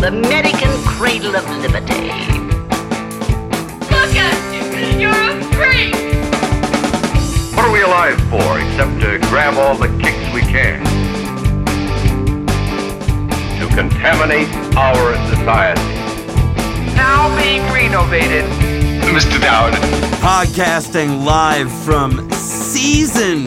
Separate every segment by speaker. Speaker 1: Jamaican cradle of liberty.
Speaker 2: Look at you! You're a freak!
Speaker 3: What are we alive for except to grab all the kicks we can? To contaminate our society.
Speaker 4: now being renovated.
Speaker 3: Mr. Dowd.
Speaker 5: Podcasting live from season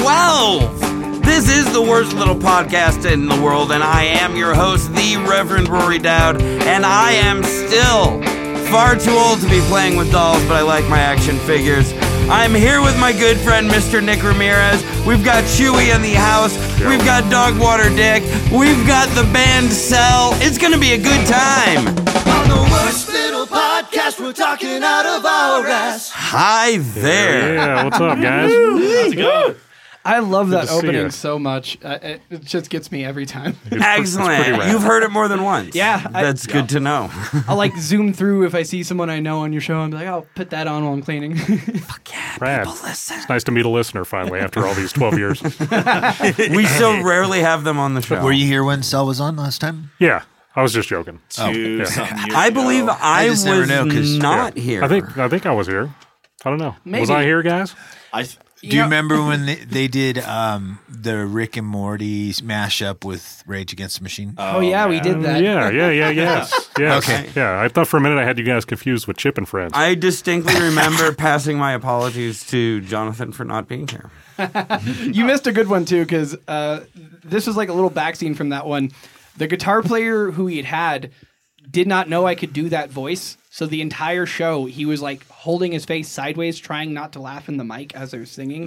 Speaker 5: 12. This is the worst little podcast in the world, and I am your host, the Reverend Rory Dowd, and I am still far too old to be playing with dolls, but I like my action figures. I'm here with my good friend, Mr. Nick Ramirez. We've got Chewy in the house. We've got Dog Water Dick. We've got the band Cell. It's going to be a good time.
Speaker 6: On the worst little podcast, we're talking out of our ass.
Speaker 5: Hi there.
Speaker 7: Yeah, what's up, guys? How's it going?
Speaker 8: I love that
Speaker 7: to see
Speaker 8: opening
Speaker 7: ya.
Speaker 8: so much. Uh, it, it just gets me every time.
Speaker 5: Excellent.
Speaker 7: rad.
Speaker 5: You've heard it more than once.
Speaker 8: Yeah, I-
Speaker 5: That's good to know.
Speaker 8: I'll like zoom through if I see someone I know on your show. I'm like, I'll put that on while I'm cleaning.
Speaker 7: Brad,
Speaker 5: Listen,
Speaker 7: it's nice to meet a listener finally after all these 12 years.
Speaker 5: we so rarely have them on the show.
Speaker 6: Were you here when Sel was on last time?
Speaker 7: Yeah, I was just joking.
Speaker 5: I believe I, was
Speaker 6: just never know 'cause-
Speaker 5: not here.
Speaker 7: I think I think I was here. I don't know. Was
Speaker 8: Maybe.
Speaker 7: I here, guys?
Speaker 6: Do you remember when they, they did um, the Rick and Morty mashup with Rage Against the Machine?
Speaker 8: oh yeah, we did that.
Speaker 7: Um, Yeah, yeah, yeah, yes. yes.
Speaker 6: Okay.
Speaker 7: Yeah, I thought for a minute I had you guys confused with Chip and Friends.
Speaker 5: I distinctly remember passing my apologies to Jonathan for not being here.
Speaker 8: You missed a good one too, because uh, this was like a little back scene from that one. The guitar player who he had had did not know I could do that voice, so the entire show he was like holding his face sideways, trying not to laugh in the mic as they were singing.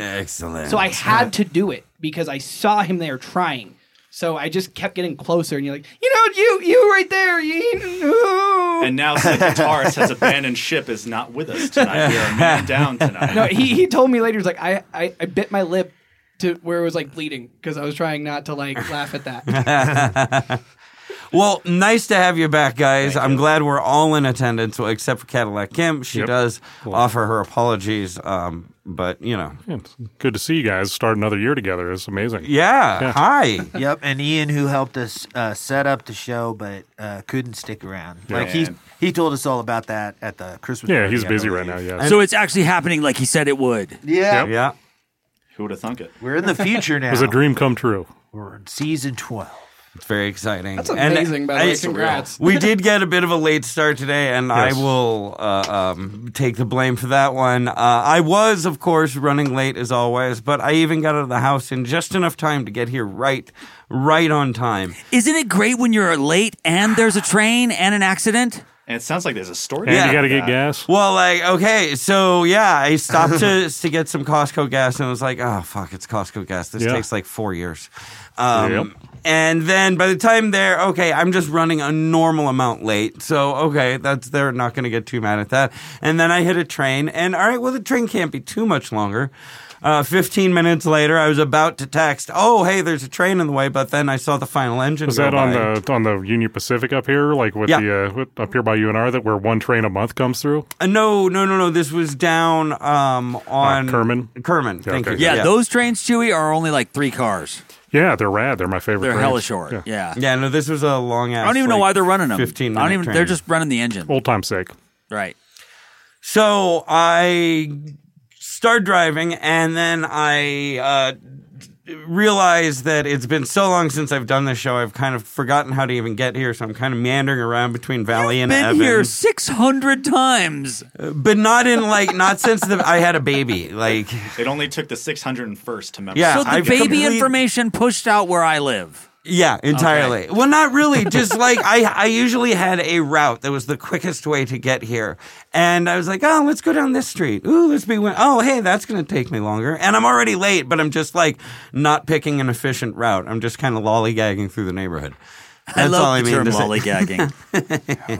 Speaker 5: Excellent.
Speaker 8: So I had to do it because I saw him there trying. So I just kept getting closer, and you're like, you know, you, you right there, you.
Speaker 9: And now the guitarist has abandoned ship is not with us tonight. We are a man down tonight.
Speaker 8: no, he, he told me later, he's like, I, I, I bit my lip to where it was like bleeding because I was trying not to like laugh at that.
Speaker 5: well, nice to have you back, guys. I'm glad we're all in attendance, well, except for Cadillac Kim. She
Speaker 7: Yep.
Speaker 5: does offer her apologies, um, but you know,
Speaker 7: Yeah, it's good to see you guys start another year together. It's amazing.
Speaker 5: yeah.
Speaker 7: Yeah.
Speaker 5: Hi.
Speaker 10: Yep, and Ian, who helped us uh, set up the show, but uh, couldn't stick around. Like he
Speaker 9: Man.
Speaker 10: he told us all about that at the Christmas.
Speaker 7: Yeah,
Speaker 10: party,
Speaker 7: he's
Speaker 10: I
Speaker 7: busy right
Speaker 10: believe.
Speaker 7: now. Yeah.
Speaker 11: So it's actually happening like he said it would.
Speaker 10: Yeah,
Speaker 7: Yep.
Speaker 5: Yeah.
Speaker 9: Who would have thunk it?
Speaker 10: we're in the future now.
Speaker 7: It was a dream come true.
Speaker 10: We're in season twelve.
Speaker 5: It's very exciting.
Speaker 8: That's amazing, by the way. Congrats.
Speaker 5: We did get a bit of a late start today, and
Speaker 7: Yes.
Speaker 5: I will uh, um, take the blame for that one. Uh, I was, of course, running late as always, but I even got out of the house in just enough time to get here right, right on time.
Speaker 11: Isn't it great when you're late and there's a train and an accident?
Speaker 9: And it sounds like there's a story.
Speaker 7: And
Speaker 5: Yeah.
Speaker 7: you got to get gas.
Speaker 5: Well, like, okay, so yeah, I stopped to to get some Costco gas, and I was like, oh fuck, it's Costco gas. This
Speaker 7: Yeah.
Speaker 5: takes like four years. Um,
Speaker 7: Yep.
Speaker 5: And then by the time they're okay, I'm just running a normal amount late. So okay, that's they're not going to get too mad at that. And then I hit a train, and all right, well the train can't be too much longer. Uh, 15 minutes later, I was about to text, "Oh, hey, there's a train in the way," but then I saw the final engine.
Speaker 7: Was that
Speaker 5: go
Speaker 7: on
Speaker 5: by.
Speaker 7: the on the Union Pacific up here, like with
Speaker 5: Yeah.
Speaker 7: the uh, with, up here by UNR, that where one train a month comes through?
Speaker 5: Uh, no, no, no, no. This was down um, on
Speaker 7: Uh, Kerman?
Speaker 5: Kerman, thank
Speaker 7: okay.
Speaker 5: you.
Speaker 11: Yeah, those trains, Chewy, are only like three cars.
Speaker 7: Yeah, they're rad. They're my favorite.
Speaker 11: They're
Speaker 7: trains.
Speaker 11: hella short.
Speaker 7: Yeah.
Speaker 11: Yeah.
Speaker 5: Yeah, no, this was a long ass.
Speaker 11: I don't even know why they're running them.
Speaker 5: Fifteen.
Speaker 11: I don't even.
Speaker 5: minute
Speaker 11: They're
Speaker 5: train.
Speaker 11: just running the engine.
Speaker 7: Old time's sake.
Speaker 11: Right.
Speaker 5: So I start driving, and then I uh, realized that it's been so long since I've done this show. I've kind of forgotten how to even get here, so I'm kind of meandering around between Valley and
Speaker 11: Been
Speaker 5: Evan.
Speaker 11: here six hundred times.
Speaker 5: but not in like not since the, I had a baby. Like
Speaker 9: It only took the 601st to memorize.
Speaker 5: Yeah.
Speaker 11: so the
Speaker 5: I've
Speaker 11: baby
Speaker 5: complete-
Speaker 11: information pushed out where I live.
Speaker 5: Yeah, entirely. Well, not really. Just like I, I usually had a route that was the quickest way to get here, and I was like, oh, let's go down this street. Ooh, let's be. Win- oh, hey, that's going to take me longer, and I'm already late. But I'm just like not picking an efficient route. I'm just kind of lollygagging through the neighborhood. That's
Speaker 11: I love
Speaker 5: all I
Speaker 11: the
Speaker 5: mean.
Speaker 11: term
Speaker 5: to say.
Speaker 11: lollygagging.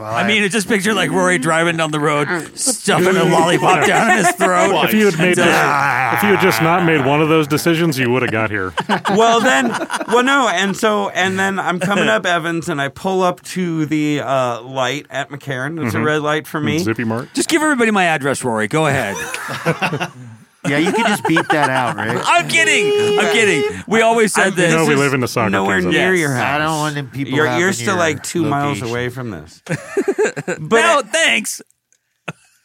Speaker 11: I mean, it just picture like Rory driving down the road, stuffing a lollipop down his throat.
Speaker 9: Why?
Speaker 7: If you had made just, if you had just not made one of those decisions, you would have got here.
Speaker 5: well then well no and so and then i'm coming up evans and i pull up to the uh, light at mccarran it's a red light for me
Speaker 7: Mm-hmm. Zippy Mart.
Speaker 11: Just give everybody my address, Rory. Go ahead.
Speaker 10: Yeah, you could just beep that out, right?
Speaker 11: I'm kidding. I'm kidding. We always said this.
Speaker 7: know we live in the soccer
Speaker 5: Nowhere
Speaker 7: kingdom.
Speaker 5: near
Speaker 11: Yes.
Speaker 5: your house.
Speaker 10: I don't want them people.
Speaker 5: You're,
Speaker 10: having
Speaker 5: you're still
Speaker 10: your
Speaker 5: like two miles
Speaker 10: location.
Speaker 5: away from this.
Speaker 11: no, thanks.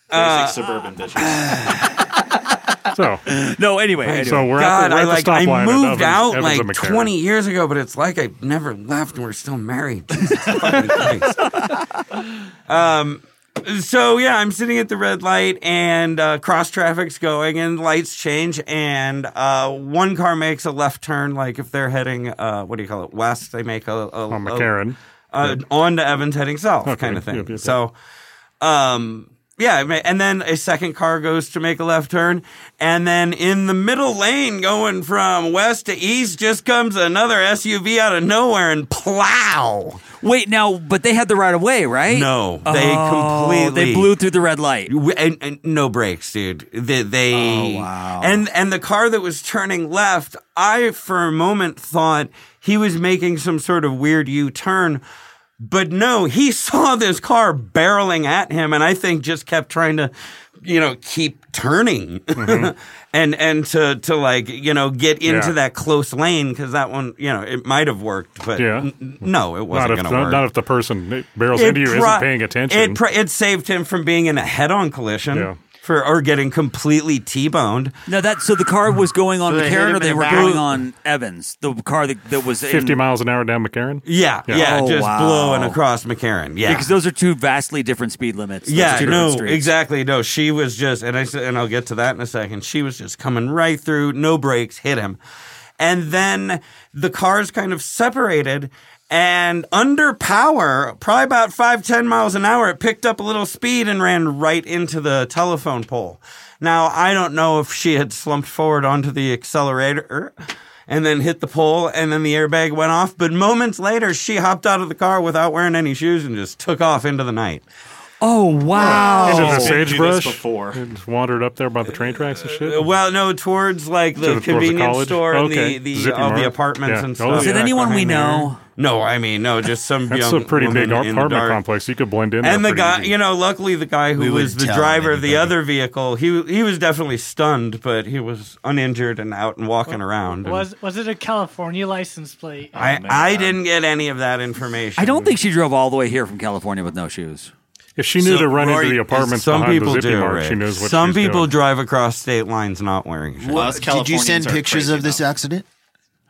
Speaker 5: Uh,
Speaker 9: Basic suburban bitches.
Speaker 7: So,
Speaker 11: No, Oh, anyway.
Speaker 5: Right.
Speaker 11: anyway.
Speaker 7: so we're
Speaker 5: God,
Speaker 7: at the, we're
Speaker 5: I
Speaker 7: at the
Speaker 5: like
Speaker 7: stop
Speaker 5: I
Speaker 7: line at
Speaker 5: moved
Speaker 7: Evans-
Speaker 5: out
Speaker 7: Evans and
Speaker 5: like
Speaker 7: McCarran.
Speaker 5: 20 years ago, but it's like I never left and we're still married. Jesus fucking Christ. um, so yeah, I'm sitting at the red light and uh, cross traffic's going and lights change and uh, one car makes a left turn. Like if they're heading, uh, what do you call it, west? They make a, a,
Speaker 7: on
Speaker 5: a-
Speaker 7: McCarran.
Speaker 5: uh, on to Evans heading south, kind of thing.
Speaker 7: Yep, yep, yep.
Speaker 5: So, um, yeah, I mean, and then a second car goes to make a left turn, and then in the middle lane, going from west to east, just comes another SUV out of nowhere and plow.
Speaker 11: Wait, now, but they had the right of way, right?
Speaker 5: No, they
Speaker 11: Oh,
Speaker 5: completely
Speaker 11: They blew through the red light. Oh.
Speaker 5: W- and, and no brakes, dude. They, they
Speaker 7: Oh,
Speaker 6: wow.
Speaker 5: and and the car that was turning left, I for a moment thought he was making some sort of weird U turn, but no, he saw this car barreling at him, and I think just kept trying to, you know, keep turning, and and to to like you know get into
Speaker 7: Mm-hmm. Yeah.
Speaker 5: that close lane because that one you know it might have worked, but
Speaker 7: Yeah.
Speaker 5: n- no, it
Speaker 7: Not
Speaker 5: wasn't
Speaker 7: if,
Speaker 5: going to
Speaker 7: not,
Speaker 5: work.
Speaker 7: not if the person that barrels into you
Speaker 5: pro-
Speaker 7: isn't paying attention.
Speaker 5: It, pro- it saved him from being in a head-on collision
Speaker 7: Yeah.
Speaker 5: for or getting completely t-boned.
Speaker 11: No, that so the car was going on
Speaker 10: So they hit
Speaker 11: McCarran
Speaker 10: him
Speaker 11: or
Speaker 10: in
Speaker 11: they
Speaker 10: the
Speaker 11: were
Speaker 10: back.
Speaker 11: going on Evans, the car that, that was in-
Speaker 7: 50 miles an hour down McCarran.
Speaker 5: Yeah, yeah,
Speaker 7: Yeah.
Speaker 11: Oh,
Speaker 5: just
Speaker 11: wow.
Speaker 5: blowing across McCarran. Yeah.
Speaker 11: Because those are two vastly different speed limits. Those are
Speaker 5: yeah,
Speaker 11: two different
Speaker 5: no,
Speaker 11: streets.
Speaker 5: exactly. No, she was just, and I said, and I'll get to that in a second. She was just coming right through, no brakes, hit him, and then the cars kind of separated, and under power, probably about five ten miles an hour, it picked up a little speed and ran right into the telephone pole. Now I don't know if she had slumped forward onto the accelerator. And then hit the pole, and then the airbag went off. But moments later, she hopped out of the car without wearing any shoes and just took off into the night.
Speaker 11: Oh wow.
Speaker 7: Into
Speaker 5: Oh.
Speaker 7: the
Speaker 9: Didn't do this
Speaker 7: sagebrush.
Speaker 9: before.
Speaker 7: and just wandered up there by the train tracks and shit.
Speaker 5: Uh, Well, no, towards like the
Speaker 7: Towards the
Speaker 5: convenience
Speaker 7: college?
Speaker 5: store
Speaker 7: Okay.
Speaker 5: and the the,
Speaker 7: Zippy
Speaker 5: all the
Speaker 7: Mart?
Speaker 5: apartments
Speaker 7: Yeah.
Speaker 5: and
Speaker 7: Oh,
Speaker 5: stuff.
Speaker 11: Is it
Speaker 7: yeah.
Speaker 11: anyone we
Speaker 5: behind there.
Speaker 11: know?
Speaker 5: No, I mean no, just some
Speaker 7: That's
Speaker 5: young
Speaker 7: a pretty big
Speaker 5: woman in the
Speaker 7: apartment
Speaker 5: dark.
Speaker 7: complex. You could blend in.
Speaker 5: And
Speaker 7: there
Speaker 5: the
Speaker 7: pretty
Speaker 5: guy,
Speaker 7: easy.
Speaker 5: you know, luckily the guy
Speaker 10: We
Speaker 5: who
Speaker 10: wouldn't
Speaker 5: was the
Speaker 10: tell him
Speaker 5: driver of the
Speaker 10: anything.
Speaker 5: other vehicle, he he was definitely stunned, but he was uninjured and out and walking around. and
Speaker 12: Was was it a California license plate?
Speaker 5: I I didn't get any of that information.
Speaker 11: I don't think she drove all the way here from California with no shoes.
Speaker 7: if she knew
Speaker 6: So,
Speaker 7: to run
Speaker 6: Rory,
Speaker 7: into the apartments
Speaker 5: some
Speaker 7: behind
Speaker 5: people
Speaker 7: the Zippy
Speaker 5: do.
Speaker 7: Mart,
Speaker 5: Rick.
Speaker 7: she knows what
Speaker 5: some
Speaker 7: she's
Speaker 5: people
Speaker 7: doing.
Speaker 5: drive across state lines not wearing shoes.
Speaker 9: Us
Speaker 10: Did you
Speaker 9: Californians
Speaker 10: send
Speaker 9: are
Speaker 10: pictures
Speaker 9: crazy,
Speaker 10: of this
Speaker 9: though.
Speaker 10: accident?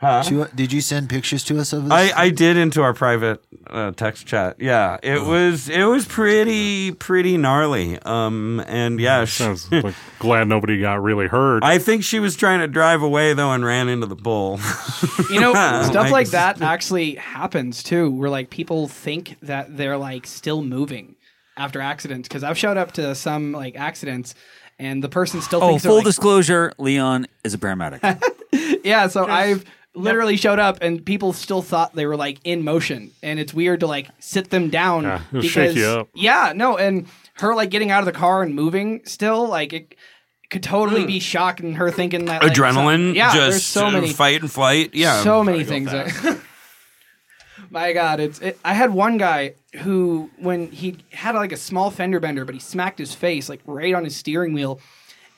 Speaker 10: To- did you send pictures to us of this?
Speaker 5: I, I did into our private uh, text chat. Yeah, it was it was pretty pretty gnarly. Um, and yeah, she-
Speaker 7: Sounds like glad nobody got really hurt.
Speaker 5: I think she was trying to drive away though and ran into the
Speaker 8: You
Speaker 5: bull.
Speaker 11: Oh
Speaker 8: know,
Speaker 5: Like-
Speaker 8: stuff like that actually happens too, where like people think that they're like still moving after accidents. Because I've showed up to some like accidents, and the person still
Speaker 11: Oh,
Speaker 8: thinks they're,
Speaker 11: full
Speaker 8: like,
Speaker 11: disclosure, Leon is a paramedic.
Speaker 8: yeah. So I've literally showed up, and people still thought they were like in motion, and it's weird to like sit them down
Speaker 7: Yeah, it'll
Speaker 8: because
Speaker 7: shake you up.
Speaker 8: yeah, no, and her like getting out of the car and moving still like it could totally be shock and her thinking that like,
Speaker 5: Adrenaline,
Speaker 8: some- yeah, there's
Speaker 5: just
Speaker 8: so
Speaker 5: uh,
Speaker 8: many
Speaker 5: fight and flight. Yeah,
Speaker 8: so many things. My God, it's. It, I had one guy who, when he had like a small fender bender, but he smacked his face like right on his steering wheel,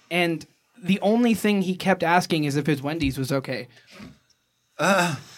Speaker 8: and the only thing he kept asking is if his Wendy's was okay.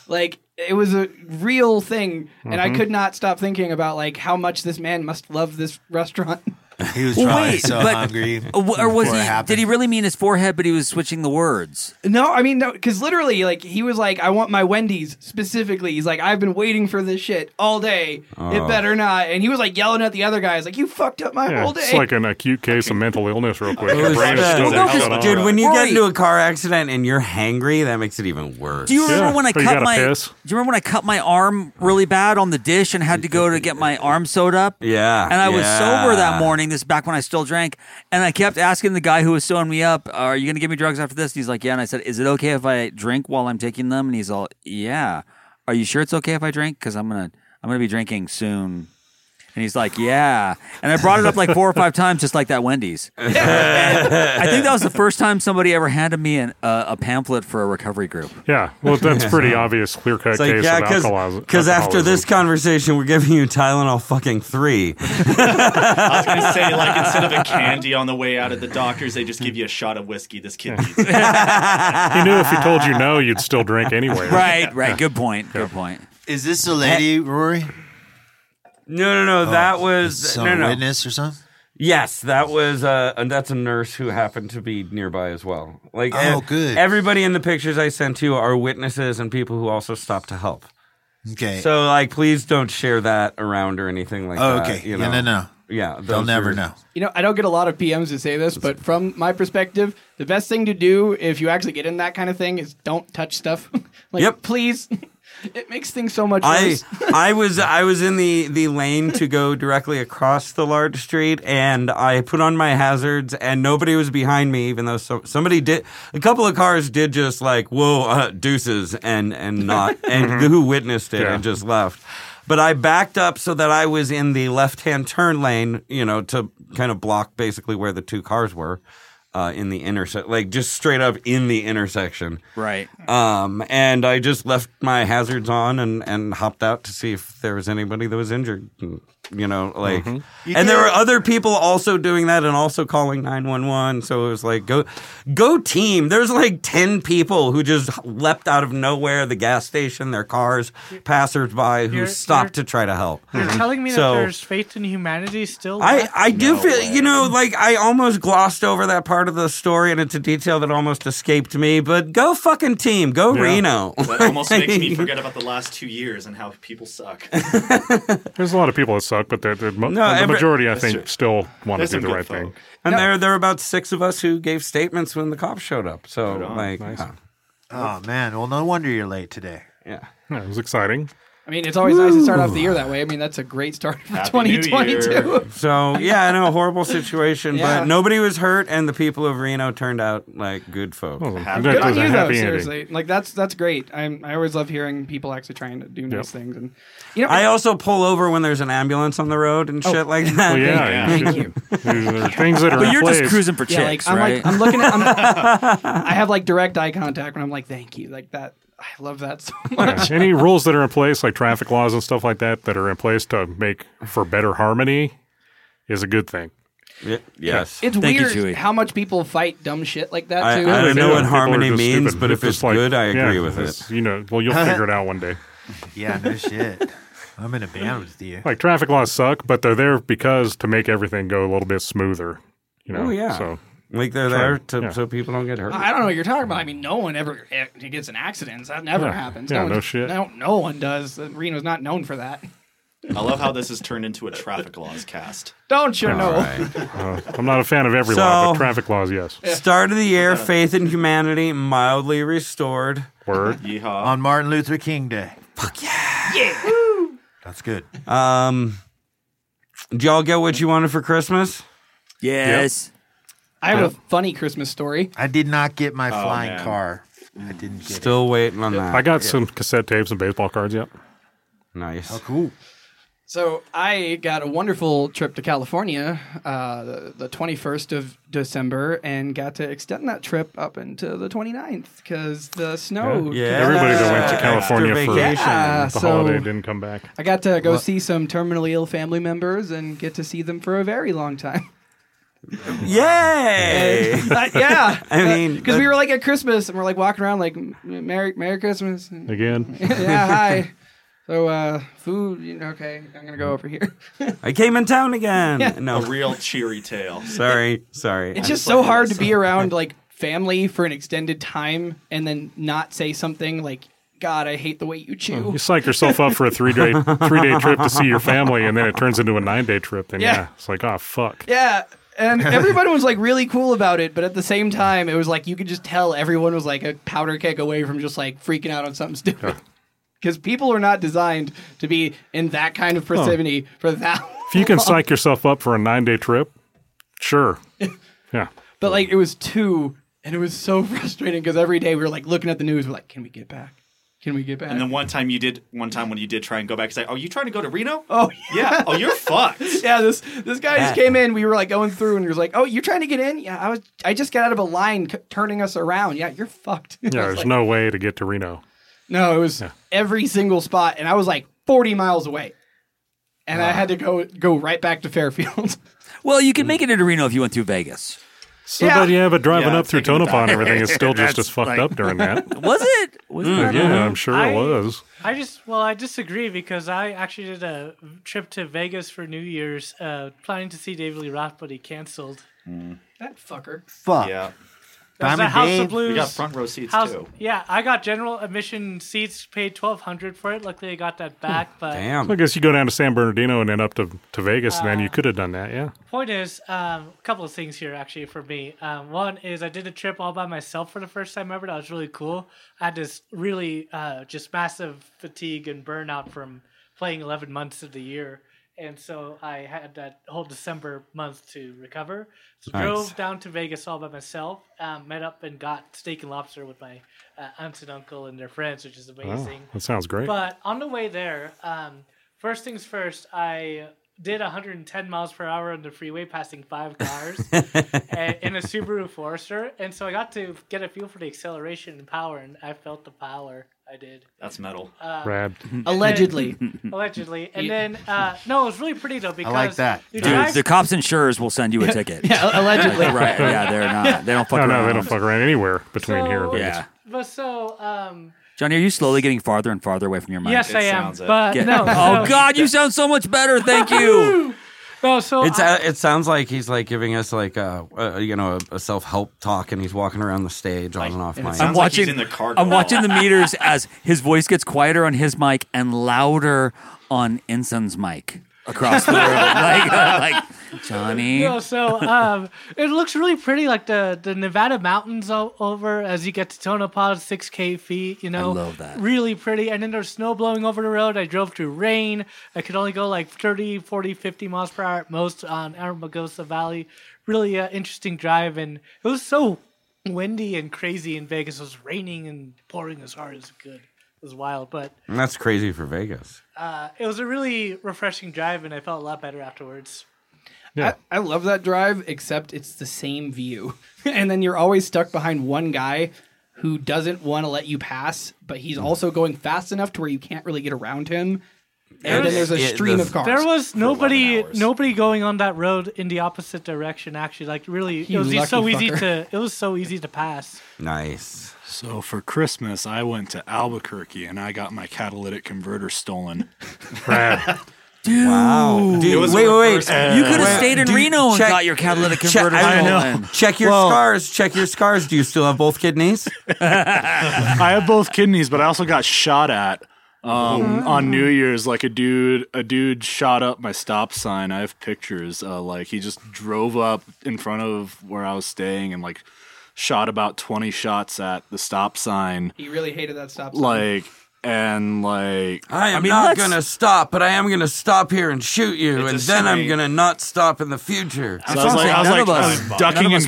Speaker 8: Like it was a real thing, and I could not stop thinking about like how much this man must love this restaurant.
Speaker 6: He was
Speaker 11: Well,
Speaker 6: probably
Speaker 11: wait,
Speaker 6: so
Speaker 11: but-
Speaker 6: hungry.
Speaker 11: W- or was
Speaker 6: before it
Speaker 11: he?
Speaker 6: happened.
Speaker 11: Did he really mean his forehead? But he was switching the words.
Speaker 8: no, I mean no, because literally, like he was like, "I want my Wendy's specifically." He's like, "I've been waiting for this shit all day. It better not." And he was like yelling at the other guys, like, "You fucked up my
Speaker 7: Oh. yeah,
Speaker 8: whole day."
Speaker 7: it's like an acute case of mental illness, real quick. Your
Speaker 5: was
Speaker 7: brain is
Speaker 5: that?
Speaker 7: still
Speaker 5: Well,
Speaker 11: no, 'cause
Speaker 7: shut off.
Speaker 5: dude, when you
Speaker 11: Right.
Speaker 5: get into a car accident and you're hangry, that makes it even worse.
Speaker 11: Do you remember
Speaker 7: Yeah.
Speaker 11: when I
Speaker 7: Oh, you
Speaker 11: cut
Speaker 7: gotta
Speaker 11: my?
Speaker 7: piss?
Speaker 11: Do you remember when I cut my arm really bad on the dish and had to go to get my arm sewed up?
Speaker 5: Yeah,
Speaker 11: And I was
Speaker 5: yeah.
Speaker 11: sober that morning. This is back when I still drank, and I kept asking the guy who was sewing me up, "Are you going to give me drugs after this?" And he's like, "Yeah." And I said, "Is it okay if I drink while I'm taking them?" And he's all, "Yeah." Are you sure it's okay if I drink? Because I'm gonna I'm gonna be drinking soon. And he's like, yeah. And I brought it up like four or five times, just like that Wendy's. And I think that was the first time somebody ever handed me an, uh, a pamphlet for a recovery group.
Speaker 7: Yeah, well, that's pretty obvious, clear cut
Speaker 11: It's like,
Speaker 7: case
Speaker 11: yeah,
Speaker 7: of
Speaker 11: 'cause-
Speaker 7: alcoholism.
Speaker 5: Because after this conversation, we're giving you Tylenol fucking three.
Speaker 9: I was going to say, like, instead of a candy on the way out of the doctor's, they just give you a shot of whiskey. This kid needs it.
Speaker 7: he knew if he told you no, you'd still drink anyway.
Speaker 11: Right, right. Good point. Good point.
Speaker 13: Is this a lady, Rory?
Speaker 5: No, no, no.
Speaker 10: Oh,
Speaker 5: that was
Speaker 13: some
Speaker 5: no, no.
Speaker 13: witness or something.
Speaker 5: Yes, that was uh, and that's a nurse who happened to be nearby as well. Like,
Speaker 13: Oh,
Speaker 5: ev-
Speaker 13: good.
Speaker 5: Everybody in the pictures I sent you are witnesses and people who also stopped to help.
Speaker 13: Okay.
Speaker 5: So, like, please don't share that around or anything like
Speaker 13: Oh,
Speaker 5: that.
Speaker 13: okay.
Speaker 5: You
Speaker 13: Yeah, no,
Speaker 5: know?
Speaker 13: no.
Speaker 5: Yeah,
Speaker 13: They'll
Speaker 5: Uh, those
Speaker 13: never
Speaker 5: are-
Speaker 13: know.
Speaker 8: You know, I don't get a lot of PMs to say this, but from my perspective, the best thing to do if you actually get in that kind of thing is don't touch stuff. like,
Speaker 5: Yep.
Speaker 8: please. it makes things so much
Speaker 5: I
Speaker 8: worse.
Speaker 5: I was I was in the the lane to go directly across the large street, and I put on my hazards, and nobody was behind me, even though so, somebody did. A couple of cars did just like whoa uh, deuces and and not and who witnessed it and
Speaker 7: Yeah.
Speaker 5: just left. But I backed up so that I was in the left hand turn lane, you know, to kind of block basically where the two cars were. Uh, in the intersection, like just straight up in the intersection.
Speaker 11: Right.
Speaker 5: Um, and I just left my hazards on and, and hopped out to see if there was anybody that was injured. You know, like,
Speaker 7: Mhm.
Speaker 12: Mm-hmm.
Speaker 5: and there were other people also doing that and also calling 911. So it was like, go, go team. There's like 10 people who just leapt out of nowhere, the gas station, their cars, passersby who
Speaker 12: You're-
Speaker 5: stopped to try to help.
Speaker 12: You're telling me
Speaker 5: Mm-hmm. So-
Speaker 12: that there's faith in humanity still?
Speaker 5: I,
Speaker 12: left?
Speaker 5: I do feel you know like I almost glossed over that part of the story and it's a detail that almost escaped me. But go fucking team, go Reno.
Speaker 9: That almost makes me forget about the last two years and how people suck.
Speaker 7: There's a lot of people that suck, but they're, they're mo-
Speaker 5: No,
Speaker 7: the
Speaker 5: every-
Speaker 7: majority, I
Speaker 5: That's
Speaker 7: think,
Speaker 5: true.
Speaker 7: still want
Speaker 5: There's
Speaker 7: to
Speaker 5: some
Speaker 7: do the
Speaker 5: good
Speaker 7: right thing.
Speaker 5: And there there were about six of us who gave statements when the cops showed up. So like, yeah.
Speaker 13: Oh man, well no wonder you're late today.
Speaker 5: Yeah.
Speaker 7: Yeah, it was exciting.
Speaker 8: I mean, it's always nice to start off the year that way. I mean, that's a great start for 2022.
Speaker 5: So yeah, I know a horrible situation,
Speaker 8: Yeah.
Speaker 5: but nobody was hurt, and the people of Reno turned out like good folk.
Speaker 8: Good on you, though. Seriously, like that's that's great. I'm, I always love hearing people actually trying to do nice things, and you know,
Speaker 5: I also pull over when there's an ambulance on the road and
Speaker 8: Oh.
Speaker 5: shit like that.
Speaker 7: Well, yeah, you should- there are things that are
Speaker 5: But
Speaker 7: in
Speaker 5: you're just
Speaker 7: place.
Speaker 5: cruising for
Speaker 8: Yeah, like, I'm like I'm looking at I'm, I have like direct eye contact when I'm like thank you like that I love that so
Speaker 7: Yeah.
Speaker 8: much.
Speaker 7: Any rules that are in place, like traffic laws and stuff like that, that are in place to make for better harmony, is a good thing.
Speaker 5: yes.
Speaker 8: It's weird how much people fight dumb shit like that
Speaker 7: I-
Speaker 8: too.
Speaker 7: I don't know what
Speaker 8: People
Speaker 7: har-
Speaker 8: are
Speaker 5: Harmony
Speaker 7: just
Speaker 5: means,
Speaker 7: stupid.
Speaker 5: but
Speaker 7: It's
Speaker 5: if it's
Speaker 7: just like,
Speaker 5: good, I
Speaker 7: yeah,
Speaker 5: agree with
Speaker 7: it's-
Speaker 5: it.
Speaker 7: You know, well, you'll figure it out one day.
Speaker 13: Yeah, no shit. I'm in a band with you.
Speaker 7: Like traffic laws suck, but they're there because to make everything go a little bit smoother. You know,
Speaker 5: Oh, yeah.
Speaker 7: So
Speaker 5: Like they're
Speaker 7: Try-
Speaker 5: there to,
Speaker 7: yeah.
Speaker 5: so people don't get hurt.
Speaker 8: I don't know what you're talking about. I mean, no one ever eh, gets in accidents. That never
Speaker 9: Yeah.
Speaker 8: happens.
Speaker 9: Yeah,
Speaker 8: one-
Speaker 9: no shit.
Speaker 8: No, no one does. Uh, Reno's not known for that.
Speaker 9: I love how this has turned into a traffic laws cast.
Speaker 8: Don't you
Speaker 7: All
Speaker 8: know?
Speaker 7: uh, I'm not a fan of every
Speaker 5: So-
Speaker 7: law, but traffic laws, yes.
Speaker 5: Start of the year, faith in humanity mildly restored.
Speaker 7: Word.
Speaker 9: Yeehaw.
Speaker 13: On Martin Luther King Day.
Speaker 2: Yeah.
Speaker 13: That's good.
Speaker 5: Um, did y'all get what you wanted for Christmas?
Speaker 13: Yes.
Speaker 8: I have
Speaker 5: Yep.
Speaker 8: a funny Christmas story.
Speaker 13: I did not get my
Speaker 5: Oh,
Speaker 13: flying
Speaker 8: man.
Speaker 13: car. I didn't get it.
Speaker 5: Still waiting on that.
Speaker 7: I got some cassette tapes and baseball cards. Yep.
Speaker 5: Nice.
Speaker 13: Oh, cool.
Speaker 8: So I got a wonderful trip to California, uh, the, the 21st of December, and got to extend that trip up into the 29th because the snow.
Speaker 7: Yeah. Everybody that went to
Speaker 5: Yeah.
Speaker 7: California
Speaker 5: Extra
Speaker 7: for
Speaker 5: vacation.
Speaker 8: Yeah,
Speaker 7: the
Speaker 8: so-
Speaker 7: holiday didn't come back.
Speaker 8: I got to go
Speaker 7: Well-
Speaker 8: see some terminally ill family members and get to see them for a very long time.
Speaker 5: Yay!
Speaker 8: Uh, yeah,
Speaker 5: I mean,
Speaker 8: because we were like at Christmas and we're like walking around like "M- Merry Merry Christmas.
Speaker 7: Again.
Speaker 8: yeah, hi. So uh, food. You know, okay, I'm gonna go over here.
Speaker 5: I came in town again.
Speaker 8: Yeah.
Speaker 5: No,
Speaker 9: A real cheery tale.
Speaker 5: sorry, sorry.
Speaker 8: It's
Speaker 5: I'm
Speaker 8: just so
Speaker 5: like-
Speaker 8: hard to be around like family for an extended time and then not say something like, "God, I hate the way you chew."
Speaker 7: Oh, You psych yourself up for a three day three day trip to see your family, and then it turns into a nine day trip. Then
Speaker 8: Yeah.
Speaker 7: yeah. it's like oh fuck.
Speaker 8: Yeah. And everybody was like really cool about it, but at the same time, it was like you could just tell everyone was like a powder keg away from just like freaking out on something stupid. Because people are not designed to be in that kind of proximity for that.
Speaker 7: If you can psych yourself up for a nine day trip, sure. Yeah.
Speaker 8: But like it was two, and it was so frustrating because every day we were like looking at the news, we're like, can we get back? Can we get back?
Speaker 9: And then one time you did, one time when you did try and go back, he's like, "Are you trying to go to Reno?
Speaker 8: Oh
Speaker 9: yeah. Oh, you're fucked.
Speaker 8: yeah, this this guy just
Speaker 9: Bad.
Speaker 8: came in. We were like going through, and he was like, "Oh, you're trying to get in? Yeah, I was. I just got out of a line c- turning us around. Yeah, you're fucked." I
Speaker 7: Yeah,
Speaker 8: was
Speaker 7: there's
Speaker 8: like-
Speaker 7: no way to get to Reno.
Speaker 8: No, it was every single spot, and I was like 40 miles away, and I had to go go right back to Fairfield.
Speaker 11: Well, you can make it into Reno if you went through Vegas.
Speaker 7: So, but yeah, but driving up through Tonopah and everything is still just as fucked up during that.
Speaker 11: Was it? Was
Speaker 7: Mm,
Speaker 11: that-
Speaker 7: yeah, I'm sure
Speaker 12: I-
Speaker 7: it was.
Speaker 12: I just well, I disagree because I actually did a trip to Vegas for New Year's, uh, planning to see David Lee Roth, but he canceled.
Speaker 8: That fucker.
Speaker 10: Fuck.
Speaker 9: Yeah.
Speaker 12: There's a House of Blues.
Speaker 9: We got front row seats
Speaker 12: House-
Speaker 9: too.
Speaker 12: Yeah, I got general admission seats, paid twelve hundred for it. Luckily, I got that
Speaker 5: Hmm.
Speaker 12: back. But
Speaker 7: So I guess you go down to San Bernardino and then up to, to Vegas, and
Speaker 10: Uh,
Speaker 7: then you could have done that, yeah.
Speaker 12: Point is, um, a couple of things here actually for me. Um, one is I did a trip all by myself for the first time ever. That was really cool. I had this really uh, just massive fatigue and burnout from playing 11 months of the year. And so I had that whole December month to recover. So
Speaker 14: Nice.
Speaker 12: drove down to Vegas all by myself, um, met up and got steak and lobster with my uh, aunts and uncle and their friends, which is amazing.
Speaker 7: that sounds great.
Speaker 12: But on the way there, um, first things first, I did 110 miles per hour on the freeway, passing five cars a- in a Subaru Forester, and so I got to get a feel for the acceleration and power, and I felt the power. I did.
Speaker 9: That's metal.
Speaker 12: Uh,
Speaker 7: Rad.
Speaker 12: and then-
Speaker 8: Allegedly.
Speaker 12: allegedly, and
Speaker 8: You-
Speaker 12: then uh, no, it was really pretty though because you
Speaker 11: Dude,
Speaker 12: drive-
Speaker 11: the cops insurers will send you a ticket.
Speaker 8: yeah, allegedly.
Speaker 11: Like, right? Yeah, they're not. They don't fuck
Speaker 7: no,
Speaker 11: around.
Speaker 7: no, they don't fuck around anywhere between here and Vegas.
Speaker 11: Yeah.
Speaker 12: But so, um,
Speaker 11: Johnny, are you slowly getting farther and farther away from your mic?
Speaker 12: Yes, I It am, sounds it. but no,
Speaker 11: oh
Speaker 12: so-
Speaker 11: God, you sound so much better. Thank you.
Speaker 12: no, so
Speaker 5: It's,
Speaker 12: I-
Speaker 5: uh, it sounds like he's like giving us like a, a you know a, a self help talk, and he's walking around the stage on and off.
Speaker 11: I'm
Speaker 5: mic.
Speaker 11: watching. I'm watching the meters as his voice gets quieter on his mic and louder on Ensign's mic across the room. like, uh, like Johnny.
Speaker 12: No, so um, it looks really pretty, like the, the Nevada mountains all over as you get to Tonopah, six k feet. You know,
Speaker 11: love that.
Speaker 12: Really pretty, and then there's snow blowing over the road. I drove through rain. I could only go like 30, 40, 50 miles per hour at most on Armagosa Valley. Really uh, interesting drive, and it was so windy and crazy in Vegas. It was raining and pouring as hard as it could. It was wild, but
Speaker 5: And that's crazy for Vegas.
Speaker 12: uh, it was a really refreshing drive, and I felt a lot better afterwards.
Speaker 8: I, I love that drive, except it's the same view. and then you're always stuck behind one guy who doesn't want to let you pass, but
Speaker 15: Mm.
Speaker 8: he's also going fast enough to where you can't really get around him. And then there's a
Speaker 5: Yeah,
Speaker 8: stream
Speaker 5: the-
Speaker 8: of cars.
Speaker 12: There was nobody nobody going on that road in the opposite direction. Actually, like really,
Speaker 8: You
Speaker 12: it was e- so
Speaker 8: lucky
Speaker 12: easy
Speaker 8: fucker.
Speaker 12: to it was so easy to pass.
Speaker 5: Nice.
Speaker 15: So for Christmas, I went to Albuquerque and I got my catalytic converter stolen.
Speaker 11: Dude.
Speaker 15: Wow.
Speaker 5: Dude, wait, wait, wait.
Speaker 11: You could have stayed in
Speaker 5: dude,
Speaker 11: Reno and
Speaker 5: check-
Speaker 11: got your catalytic
Speaker 5: check-
Speaker 11: converter.
Speaker 5: I know.
Speaker 11: stolen.
Speaker 5: Check your
Speaker 15: Well-
Speaker 5: scars. Check your scars. Do you still have both kidneys?
Speaker 15: I have both kidneys, but I also got shot at um, on New Year's. Like a dude, a dude shot up my stop sign. I have pictures. Uh, like he just drove up in front of where I was staying and like shot about twenty shots at the stop sign.
Speaker 8: He really hated that stop sign.
Speaker 15: Like and like
Speaker 5: I am not going to stop, but I am going to stop here and shoot you, and
Speaker 15: a
Speaker 5: then I'm
Speaker 15: shame.
Speaker 5: going to not stop in the future.
Speaker 15: So I was like, I was, like, I was ducking and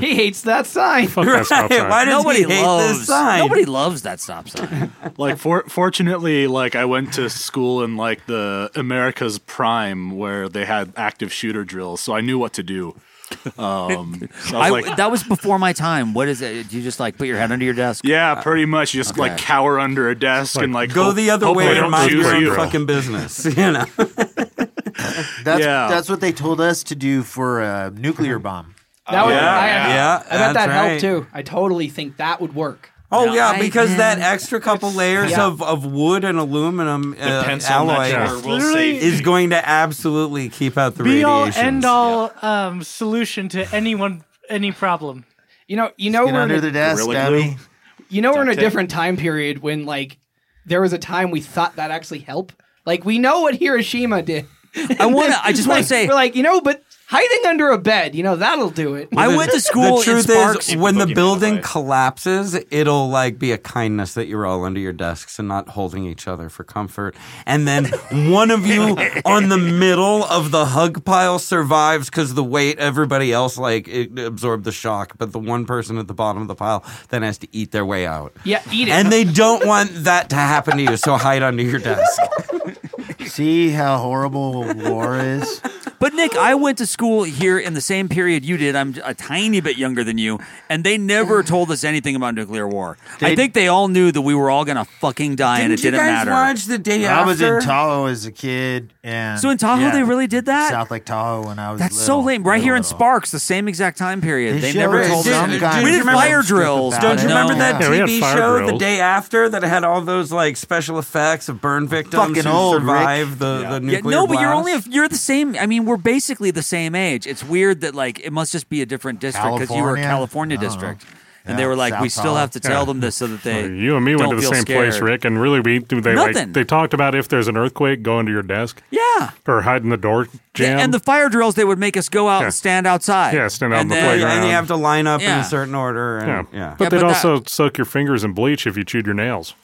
Speaker 8: he hates that sign.
Speaker 15: that stop Right, sign. why does
Speaker 11: nobody
Speaker 15: he hate this
Speaker 11: loves
Speaker 15: sign?
Speaker 11: nobody loves that stop sign.
Speaker 15: like for, fortunately like i went to school in like the america's prime where they had active shooter drills so i knew what to do um so i
Speaker 11: I-
Speaker 15: was like
Speaker 11: that was before my time. What is it? Do you just like put your head under your desk?
Speaker 15: yeah pretty much you just like cower under a desk and like
Speaker 11: go
Speaker 15: hope-
Speaker 11: the other
Speaker 15: hope
Speaker 11: way
Speaker 15: they
Speaker 11: and
Speaker 15: don't
Speaker 11: mind
Speaker 15: shoot
Speaker 11: your own
Speaker 15: you.
Speaker 11: fucking
Speaker 5: business you know
Speaker 10: That's
Speaker 15: Yeah.
Speaker 10: that's what they told us to do for a nuclear bomb.
Speaker 8: That would, I,
Speaker 5: Oh, Yeah,
Speaker 8: I bet that
Speaker 5: that's
Speaker 8: helped
Speaker 5: right.
Speaker 8: too. I totally think that would work.
Speaker 5: Oh yeah, because that extra couple layers
Speaker 8: Yeah.
Speaker 5: of, of wood and aluminum uh,
Speaker 9: pencil
Speaker 5: alloy
Speaker 9: nutcracker will save
Speaker 5: is going to absolutely keep out the
Speaker 12: Be all
Speaker 5: radiation.
Speaker 12: end all um, solution to anyone any problem.
Speaker 8: You know, you know,
Speaker 12: get
Speaker 8: we're
Speaker 12: under
Speaker 8: in a,
Speaker 12: the desk, Gorilla Abby.
Speaker 8: You know, we're in a
Speaker 12: Duct tape.
Speaker 8: different time period when, like, there was a time we thought that actually helped. Like, we know what Hiroshima did.
Speaker 11: I wanna- I just wanna
Speaker 8: Like,
Speaker 11: say-
Speaker 8: we're like, you know, but Hiding under a bed, you know, that'll do it.
Speaker 5: The- The truth is, when the building collapses, it'll like be a kindness that you're all under your desks and not holding each other for comfort. And then one of you on the middle of the hug pile survives because the weight, everybody else like it absorbed the shock, but the one person at the bottom of the pile then has to eat their way out.
Speaker 8: Yeah, eat it.
Speaker 5: And they don't want that to happen to you, so hide under your desk.
Speaker 10: See how horrible war is?
Speaker 11: But Nick, I went to school here in the same period you did. I'm a tiny bit younger than you, and they never told us anything about nuclear war. I
Speaker 10: They-
Speaker 11: think they all knew that we were all going to fucking die, and it
Speaker 10: Didn't you
Speaker 11: didn't
Speaker 10: guys
Speaker 11: matter.
Speaker 10: watch The Day I was in After? Tahoe
Speaker 11: as a kid,
Speaker 10: and
Speaker 11: so in Tahoe
Speaker 10: yeah.
Speaker 11: they really did that.
Speaker 10: South Lake Tahoe when I was
Speaker 11: That's
Speaker 10: little.
Speaker 11: so lame. Right here in Sparks, the same exact time period. They,
Speaker 10: showed
Speaker 11: never
Speaker 10: us
Speaker 11: told
Speaker 10: some
Speaker 11: us.
Speaker 10: kind
Speaker 11: We
Speaker 10: of
Speaker 11: did
Speaker 10: film
Speaker 11: fire
Speaker 10: strip
Speaker 11: drills.
Speaker 10: about Don't you it.
Speaker 5: Remember
Speaker 10: No.
Speaker 5: that
Speaker 10: Yeah, we had
Speaker 5: TV
Speaker 10: fire
Speaker 5: show the
Speaker 10: drills.
Speaker 5: day after that had all those like special effects of burn victims
Speaker 11: Fucking
Speaker 5: who
Speaker 11: old,
Speaker 5: survived
Speaker 11: Rick.
Speaker 5: the, the nuclear
Speaker 11: no, but you're
Speaker 5: blast?
Speaker 11: only if you're the same. I mean, we're basically the same age. It's weird that like it must just be a different district because you were a
Speaker 7: California?
Speaker 11: California
Speaker 7: I
Speaker 11: Oh.
Speaker 7: don't
Speaker 11: district,
Speaker 7: know.
Speaker 11: and they were like, we still have to tell them this so that they.
Speaker 7: You and me went
Speaker 11: don't
Speaker 7: to the
Speaker 11: feel
Speaker 7: same place,
Speaker 11: scared.
Speaker 7: Rick, and really we they
Speaker 11: Nothing.
Speaker 7: like, they talked about if there's an earthquake, go into your desk.
Speaker 11: Yeah.
Speaker 7: Or hide in the door jam.
Speaker 11: And the fire drills, they would make us go out
Speaker 7: Yeah.
Speaker 11: and stand outside.
Speaker 7: Yeah, stand out on
Speaker 11: and
Speaker 7: the
Speaker 11: then-
Speaker 7: playground. And you have
Speaker 5: to line up
Speaker 11: in a Yeah.
Speaker 5: certain order.
Speaker 7: yeah.
Speaker 5: yeah.
Speaker 7: But
Speaker 11: Yeah,
Speaker 7: they'd
Speaker 11: but
Speaker 7: also soak your fingers in bleach if you chewed your nails.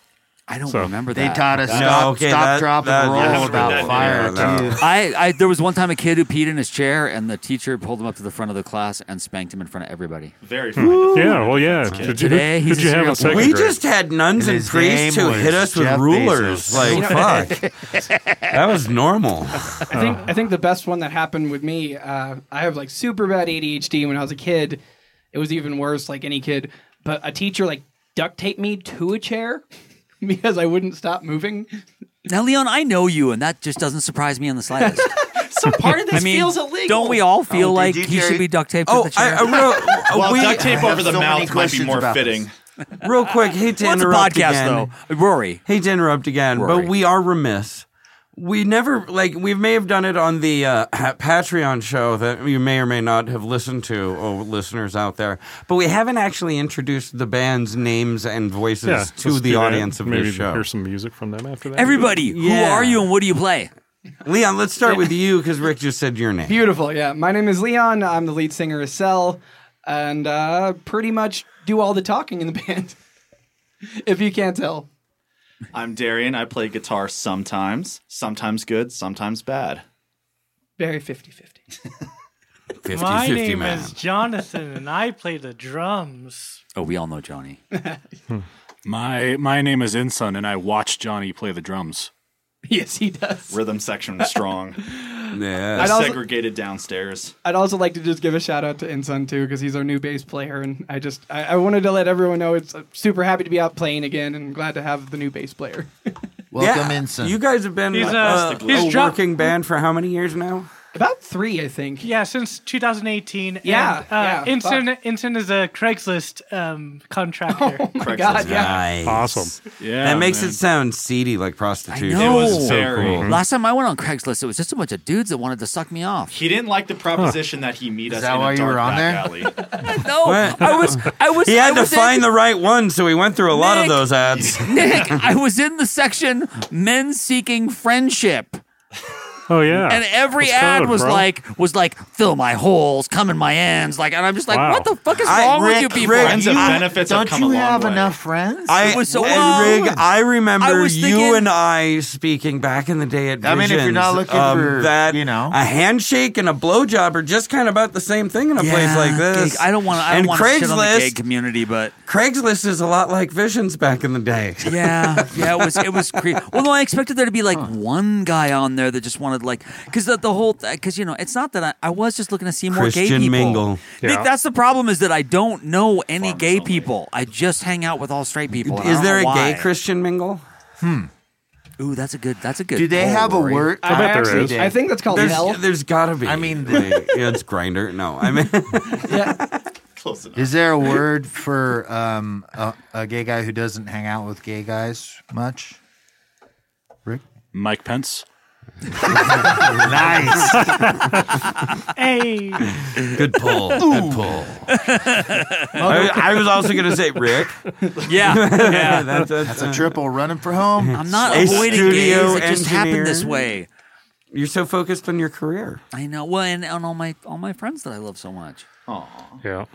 Speaker 11: I don't
Speaker 7: remember
Speaker 10: They that. taught us stop- stop, drop, and roll about fire, too.
Speaker 11: I, I there was one time a kid who peed in his chair, and the teacher pulled him up to the front of the class and spanked him in front of everybody.
Speaker 9: Very
Speaker 7: Hmm. Yeah, well, yeah.
Speaker 11: Did
Speaker 7: Did you,
Speaker 11: Today,
Speaker 7: did
Speaker 11: he's
Speaker 7: you
Speaker 11: a
Speaker 7: have a
Speaker 11: serial
Speaker 7: second
Speaker 11: killer.
Speaker 5: We just had nuns and
Speaker 11: His
Speaker 5: priests
Speaker 11: name
Speaker 5: who
Speaker 11: was
Speaker 5: hit us with
Speaker 11: Jeff
Speaker 5: rulers.
Speaker 11: Bezos.
Speaker 5: Like, fuck. that was normal.
Speaker 8: I think I think the best one that happened with me. Uh, I have like super bad ADHD. When I was a kid, it was even worse. Like any kid, but a teacher like duct taped me to a chair because I wouldn't stop moving.
Speaker 11: Now, Leon, I know you, and that just doesn't surprise me in the slightest.
Speaker 8: so part of this
Speaker 11: I mean,
Speaker 8: feels illegal.
Speaker 11: Don't we all feel
Speaker 9: Oh, did
Speaker 11: like
Speaker 9: you,
Speaker 11: he should
Speaker 9: Jerry?
Speaker 11: be duct taped
Speaker 9: Oh,
Speaker 11: to the chair?
Speaker 9: I- I wrote- Well, we- duct tape I over have the so many mouth might be questions more about fitting.
Speaker 5: Real quick, hate to
Speaker 11: Well, it's a
Speaker 5: interrupt
Speaker 11: podcast,
Speaker 5: again.
Speaker 11: though. Rory.
Speaker 5: Hate to interrupt again,
Speaker 11: Rory.
Speaker 5: but we are remiss. We never like we may have done it on the uh, Patreon show that you may or may not have listened to, oh listeners out there. But we haven't actually introduced the band's names and voices
Speaker 7: Yeah,
Speaker 5: to
Speaker 7: let's do
Speaker 5: the
Speaker 7: that.
Speaker 5: audience of
Speaker 7: Maybe
Speaker 5: this show.
Speaker 7: hear some music from them after that.
Speaker 11: Everybody, who
Speaker 5: Yeah.
Speaker 11: are you and what do you play?
Speaker 5: Leon, let's start with you because Rick just said your name.
Speaker 8: Beautiful. Yeah. My name is Leon. I'm the lead singer of Cell, and uh, pretty much do all the talking in the band. if you can't tell.
Speaker 9: I'm Darian. I play guitar sometimes, sometimes good, sometimes bad.
Speaker 8: Very 50 50.
Speaker 12: My name is Jonathan, and I play the drums.
Speaker 11: Oh, we all know Johnny.
Speaker 15: My my name is Insun, and I watch Johnny play the drums.
Speaker 8: Yes, he does.
Speaker 9: Rhythm section was strong.
Speaker 5: yeah.
Speaker 8: I'd
Speaker 9: They're
Speaker 8: also-
Speaker 9: segregated downstairs.
Speaker 8: I'd also like to just give a shout out to Insun too because he's our new bass player, and I just I, I wanted to let everyone know it's I'm super happy to be out playing again, and glad to have the new bass player.
Speaker 5: Welcome,
Speaker 10: Ensign.
Speaker 5: You guys have been
Speaker 12: He's, uh,
Speaker 5: uh, a,
Speaker 12: he's dropped-
Speaker 5: working band for how many years now?
Speaker 8: About three, I think.
Speaker 12: Yeah, since 2018.
Speaker 8: Yeah,
Speaker 12: and, uh,
Speaker 8: yeah,
Speaker 12: Instant, Instant is a Craigslist um, contractor. Oh
Speaker 8: my God,
Speaker 5: Nice. Awesome.
Speaker 15: Yeah,
Speaker 5: That makes
Speaker 15: man.
Speaker 5: it sound seedy like prostitution.
Speaker 11: know. It was
Speaker 5: So
Speaker 11: very-
Speaker 5: cool.
Speaker 11: Last time I went on Craigslist, it was just a bunch of dudes that wanted to suck me off.
Speaker 9: He didn't like the proposition that he meet
Speaker 11: Is
Speaker 9: us
Speaker 11: that
Speaker 9: in
Speaker 11: why
Speaker 9: a
Speaker 11: you
Speaker 9: dark
Speaker 11: were on
Speaker 9: back
Speaker 11: there?
Speaker 9: alley.
Speaker 11: No,
Speaker 5: What?
Speaker 11: Oh, I was, I was.
Speaker 5: he had
Speaker 11: I
Speaker 5: to
Speaker 11: was in-
Speaker 5: find the right one, so he went through a lot of
Speaker 11: Nick,
Speaker 5: those ads.
Speaker 11: Nick, I was in the section men seeking friendship.
Speaker 7: Oh yeah.
Speaker 11: And every
Speaker 7: That's
Speaker 11: ad
Speaker 7: code,
Speaker 11: was
Speaker 7: bro.
Speaker 11: like was like fill my holes, come in my ends, like and I'm just like,
Speaker 7: Wow.
Speaker 11: what the fuck is
Speaker 5: I-
Speaker 11: wrong with
Speaker 5: Rick,
Speaker 11: you people?
Speaker 5: Rick, Friends of you-
Speaker 9: benefits have don't come a you long have way. enough
Speaker 10: friends?
Speaker 5: I
Speaker 11: it was so
Speaker 5: and Rig, I remember
Speaker 11: was thinking-
Speaker 5: you and I speaking back in the day at
Speaker 10: I mean, if you're not
Speaker 5: Visions,
Speaker 10: looking for,
Speaker 5: that, you know, a handshake and a blowjob are just kind of about the same thing in a place
Speaker 11: Yeah,
Speaker 5: like this.
Speaker 11: gig. I don't want to. I don't
Speaker 5: And
Speaker 11: want to shit on the gay
Speaker 5: Craigslist,
Speaker 11: community, but
Speaker 5: Craigslist is a lot like Visions back in the day.
Speaker 11: yeah, yeah, it was it was creepy. Well, no, I expected there to be like one guy on there that just wanted like because the, the whole because you know it's not that I, I was just looking to see more gay
Speaker 5: Christian
Speaker 11: people.
Speaker 5: mingle.
Speaker 11: Nick,
Speaker 5: Yeah.
Speaker 11: that's the problem is that I don't know any gay people. I just hang out with all straight people. and I
Speaker 5: Is
Speaker 11: don't
Speaker 5: there a
Speaker 11: know why.
Speaker 5: gay Christian mingle?
Speaker 11: Hmm. Ooh, that's a good. That's a good.
Speaker 5: Do they
Speaker 11: poll,
Speaker 5: have a
Speaker 11: Rory.
Speaker 5: word- I I bet there actually- is. I think
Speaker 8: that's called
Speaker 5: there's,
Speaker 8: hell.
Speaker 5: There's got to be. I mean, yeah, it's grinder. No, I mean,
Speaker 9: Close enough.
Speaker 10: Is there a word for um, a, a gay guy who doesn't hang out with gay guys much? Rick?
Speaker 15: Mike Pence.
Speaker 10: nice.
Speaker 12: Hey.
Speaker 5: Good pull. Good pull. I, I was also going to say Rick.
Speaker 11: Yeah, yeah.
Speaker 10: That's a triple running for home.
Speaker 11: I'm not
Speaker 5: uh, A
Speaker 11: avoiding gays.
Speaker 5: studio
Speaker 11: It just happened this
Speaker 5: engineer.
Speaker 11: way.
Speaker 5: You're so focused on your career.
Speaker 11: I know. Well, and, and all my all my friends that I love so much.
Speaker 9: Oh,
Speaker 7: Yeah.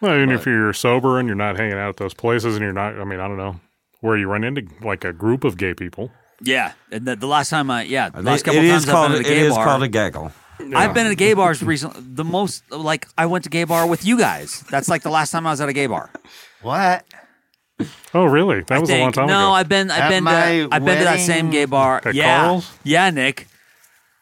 Speaker 7: Well, even if you're sober and you're not hanging out at those places and you're not, I mean, I don't know where you run into like a group of gay people.
Speaker 11: Yeah, and the, the last time I yeah, the
Speaker 7: It-
Speaker 11: last couple
Speaker 7: it
Speaker 11: times
Speaker 7: is called-
Speaker 11: I've been at a gay
Speaker 7: it is
Speaker 11: bar,
Speaker 7: called a gaggle. Yeah.
Speaker 11: I've been at gay bars recently. The most like I went to gay bar with you guys. That's like the last time I was at a gay bar.
Speaker 10: What?
Speaker 7: Oh, really? That was a long time
Speaker 11: no,
Speaker 7: ago.
Speaker 11: I've been I've
Speaker 7: At
Speaker 11: been to,
Speaker 7: my
Speaker 11: I've been to that same
Speaker 7: wedding-
Speaker 11: gay bar.
Speaker 7: At
Speaker 11: yeah,
Speaker 7: Carl's?
Speaker 11: yeah, Nick.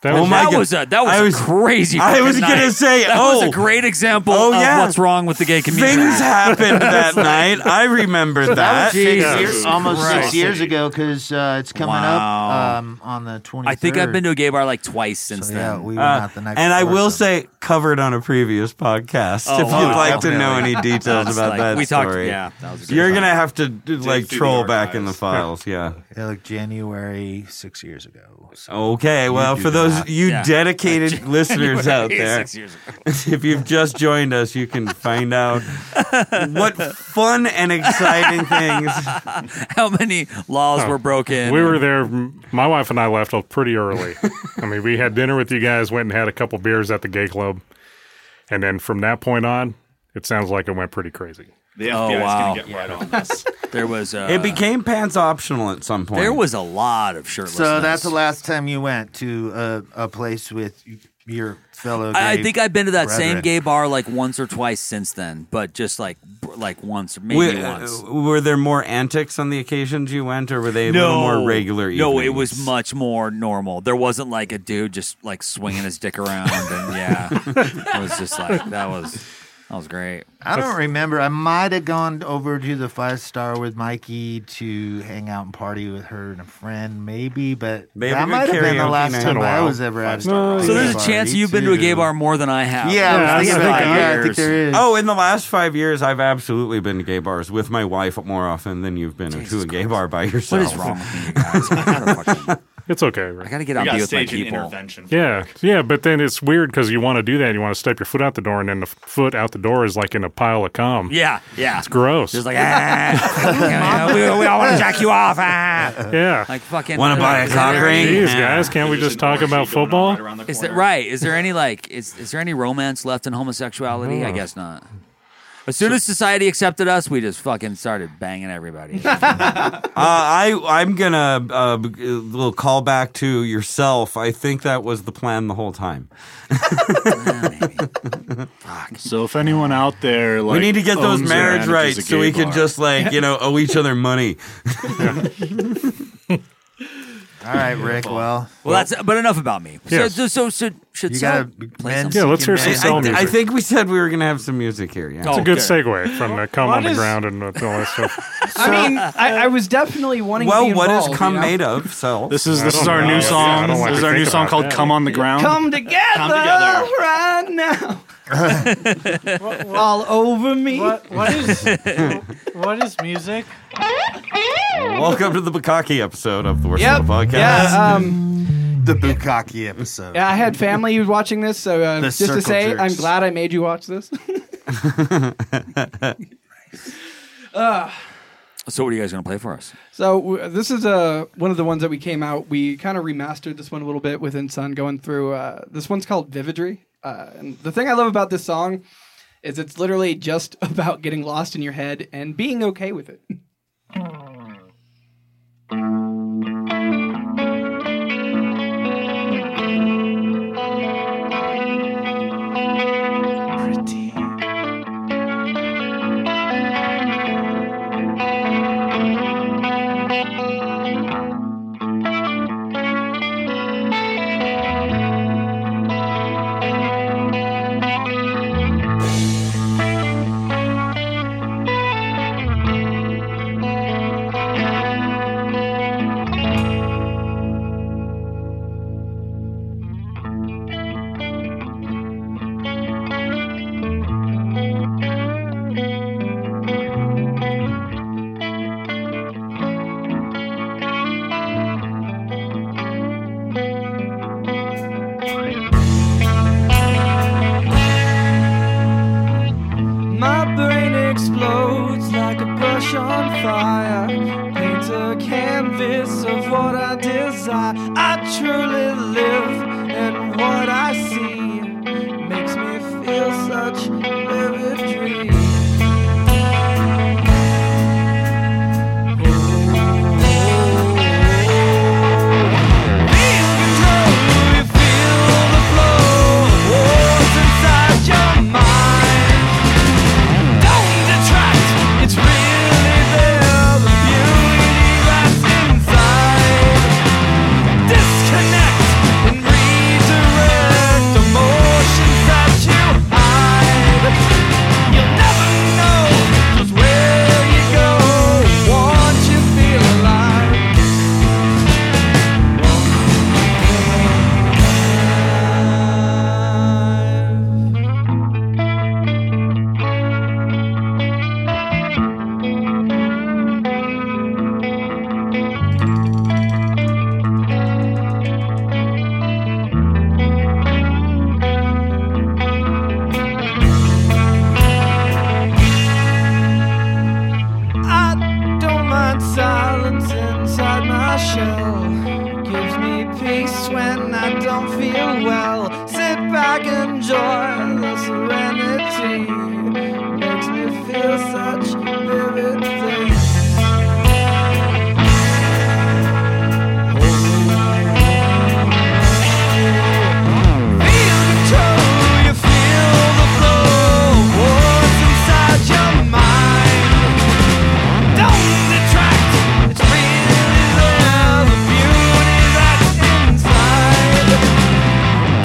Speaker 7: That
Speaker 11: That, well,
Speaker 7: was-
Speaker 11: was,
Speaker 7: my
Speaker 11: that
Speaker 7: God.
Speaker 11: was a that was,
Speaker 7: I
Speaker 11: a
Speaker 7: was-
Speaker 11: crazy.
Speaker 7: I
Speaker 11: fucking
Speaker 7: was gonna
Speaker 11: night.
Speaker 5: say,
Speaker 11: that was
Speaker 5: oh.
Speaker 11: a great example
Speaker 5: Oh,
Speaker 11: of
Speaker 5: yeah.
Speaker 11: what's wrong with the gay community.
Speaker 5: Things happened that night. I remember that.
Speaker 10: That was six
Speaker 5: Jesus
Speaker 10: years, almost six
Speaker 5: Christ.
Speaker 10: years ago because uh, it's coming
Speaker 11: Wow.
Speaker 10: up um, on the 23rd.
Speaker 11: I think I've been to a gay bar like twice since
Speaker 10: yeah,
Speaker 11: then.
Speaker 10: we went
Speaker 5: Uh,
Speaker 10: out the night
Speaker 5: and I
Speaker 10: before,
Speaker 5: will say, covered on a previous podcast.
Speaker 11: Oh,
Speaker 5: if you'd
Speaker 11: wow.
Speaker 5: like to know any
Speaker 11: Definitely.
Speaker 5: details
Speaker 11: That's
Speaker 5: about
Speaker 11: like-
Speaker 5: that
Speaker 11: we talked-
Speaker 5: story,
Speaker 11: yeah, that was a good
Speaker 5: you're
Speaker 11: time.
Speaker 5: gonna have to do, like
Speaker 10: through the
Speaker 5: troll back in the files. Yeah.
Speaker 10: Yeah, like January six years ago.
Speaker 5: Okay.
Speaker 10: You
Speaker 5: Well,
Speaker 10: do
Speaker 5: for those
Speaker 10: that.
Speaker 5: you
Speaker 10: Yeah.
Speaker 5: dedicated
Speaker 10: Like,
Speaker 5: listeners out
Speaker 10: January
Speaker 5: there,
Speaker 10: six years
Speaker 5: if you've just joined us, you can find out what fun and exciting things.
Speaker 11: How many laws
Speaker 7: Huh.
Speaker 11: were broken?
Speaker 7: Oh. We were there. m- My wife and I left off pretty early. I mean, we had dinner with you guys, went and had a couple beers at the gay club, and then from that point on, it sounds like it went pretty crazy.
Speaker 9: The
Speaker 11: Oh,
Speaker 9: FBI
Speaker 11: wow.
Speaker 9: is going to get right on this.
Speaker 11: There was uh,
Speaker 5: it became pants optional at some point.
Speaker 11: there was a lot of shirtless.
Speaker 10: So that's the last time you went to a, a place with y- your fellow.
Speaker 11: I, I
Speaker 10: gay
Speaker 11: think I've been to that same
Speaker 10: brethren.
Speaker 11: gay bar like once or twice since then, but just like br- like once, maybe
Speaker 5: Were-
Speaker 11: once.
Speaker 5: Were there more antics on the occasions you went, or uh, were they a little more regular?
Speaker 11: No, it
Speaker 5: evenings?
Speaker 11: was much more normal. There wasn't like a dude just like swinging his dick around, and yeah, it was just like that was that was great.
Speaker 10: I don't remember. I might have gone over to the five star with Mikey to hang out and party with her and a friend, maybe. But
Speaker 5: They have a
Speaker 10: that might
Speaker 5: good
Speaker 10: have been the
Speaker 5: karaoke
Speaker 10: last
Speaker 5: night.
Speaker 10: time
Speaker 5: Been a
Speaker 10: I
Speaker 5: while.
Speaker 10: was ever at. a
Speaker 5: Five-star.
Speaker 10: gay
Speaker 11: So there's a
Speaker 10: bar.
Speaker 11: chance you've been to a gay bar more than I have.
Speaker 10: Yeah, I was
Speaker 11: that's
Speaker 10: thinking about-
Speaker 11: what I
Speaker 10: yeah, I think
Speaker 11: heard.
Speaker 10: there is.
Speaker 5: Oh, in the last five years, I've absolutely been to gay bars with my wife more often than you've been to a gay bar by yourself.
Speaker 11: What is wrong with me, guys? I gotta fucking-
Speaker 7: It's okay. Right?
Speaker 11: I gotta get
Speaker 9: We
Speaker 11: out
Speaker 9: got
Speaker 11: and be with my
Speaker 9: stage an
Speaker 11: people.
Speaker 9: intervention.
Speaker 7: Yeah, yeah, but then it's weird because you want to do that. You want to step your foot out the door, and then the f- foot out the door is like in a pile of cum.
Speaker 11: Yeah, yeah.
Speaker 7: it's gross.
Speaker 11: Just like ah, you know, we, we all want to jack you off. Ah.
Speaker 7: yeah,
Speaker 11: Like fucking. uh,
Speaker 5: Wanna buy a cock ring?
Speaker 7: Jeez,
Speaker 5: Yeah.
Speaker 7: guys, can't we just talk about football?
Speaker 11: Is that right? Is there any like is is there any romance left in homosexuality? I
Speaker 7: Oh.
Speaker 11: guess not. As soon as society accepted us, we just fucking started banging everybody.
Speaker 5: uh, I I'm gonna uh, b- a little call back to yourself. I think that was the plan the whole time.
Speaker 15: So if anyone out there, like,
Speaker 5: we need to get those
Speaker 15: owns or
Speaker 5: marriage
Speaker 15: manages a
Speaker 5: rights so
Speaker 15: gay
Speaker 5: we can
Speaker 15: bar-
Speaker 5: just like you know owe each other money.
Speaker 10: All right, Rick. Well,
Speaker 11: well, that's but enough about me. So
Speaker 5: Yes.
Speaker 11: So so, should should
Speaker 10: You
Speaker 11: Sal
Speaker 10: gotta
Speaker 11: play
Speaker 10: man-
Speaker 11: some?
Speaker 7: Yeah, let's hear some
Speaker 5: I,
Speaker 7: cell
Speaker 5: I-
Speaker 7: music.
Speaker 5: I think we said we were gonna have some music here. Yeah,
Speaker 7: it's
Speaker 15: Oh,
Speaker 7: a good segue from the cum on the ground and all that stuff.
Speaker 8: I mean, I, I was definitely wanting. to
Speaker 5: Well,
Speaker 8: be
Speaker 5: what is
Speaker 8: involved,
Speaker 5: cum
Speaker 8: you know?
Speaker 5: made of? So
Speaker 15: This is this is our new song. This is our new song called "Come on the Ground."
Speaker 8: Come together,
Speaker 15: together.
Speaker 8: right now. All over me.
Speaker 12: What, what is what is music?
Speaker 5: Welcome to the Bukaki episode of the Worst
Speaker 8: Yep.
Speaker 5: Little Podcast.
Speaker 8: Yeah, um,
Speaker 10: the Bukaki episode.
Speaker 8: Yeah, I had family who's watching this, so uh,
Speaker 10: The
Speaker 8: just to
Speaker 10: circle
Speaker 8: say,
Speaker 10: jerks.
Speaker 8: I'm glad I made you watch this. uh,
Speaker 11: So what are you guys gonna play for us?
Speaker 8: so w- this is uh, one of the ones that we came out. We kind of remastered this one a little bit with Sun going through. Uh, this one's called Vividry, uh, and the thing I love about this song is it's literally just about getting lost in your head and being okay with it.
Speaker 2: Thank
Speaker 14: Oh, I'll sit back and enjoy the serenity. Makes me feel such vivid things. Feel the toe, you feel the flow. What's inside your mind? Don't detract, it's really there. The beauty that's inside.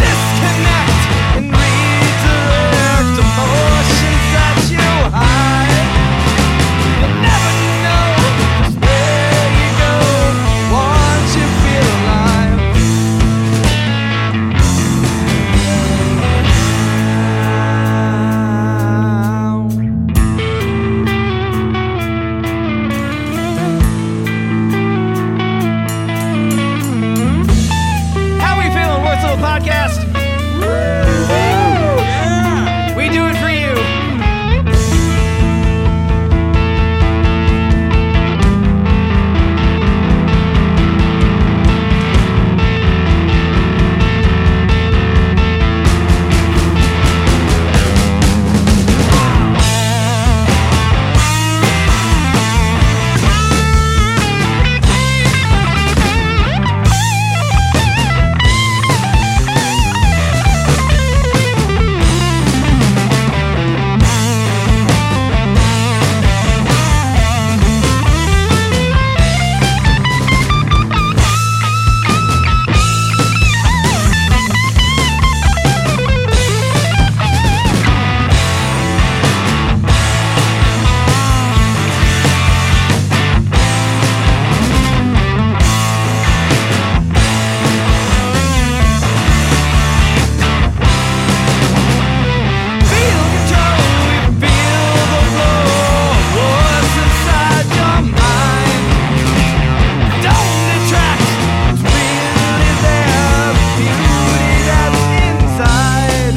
Speaker 14: Disconnect and redirect emotions that you hide. You'll never know just where you go once you feel alive.
Speaker 8: How we feeling, Worst Little Podcast? We do it for you.
Speaker 14: Feel control, we feel the flow. What's inside your mind? Don't detract, it's really there. Beauty that's inside.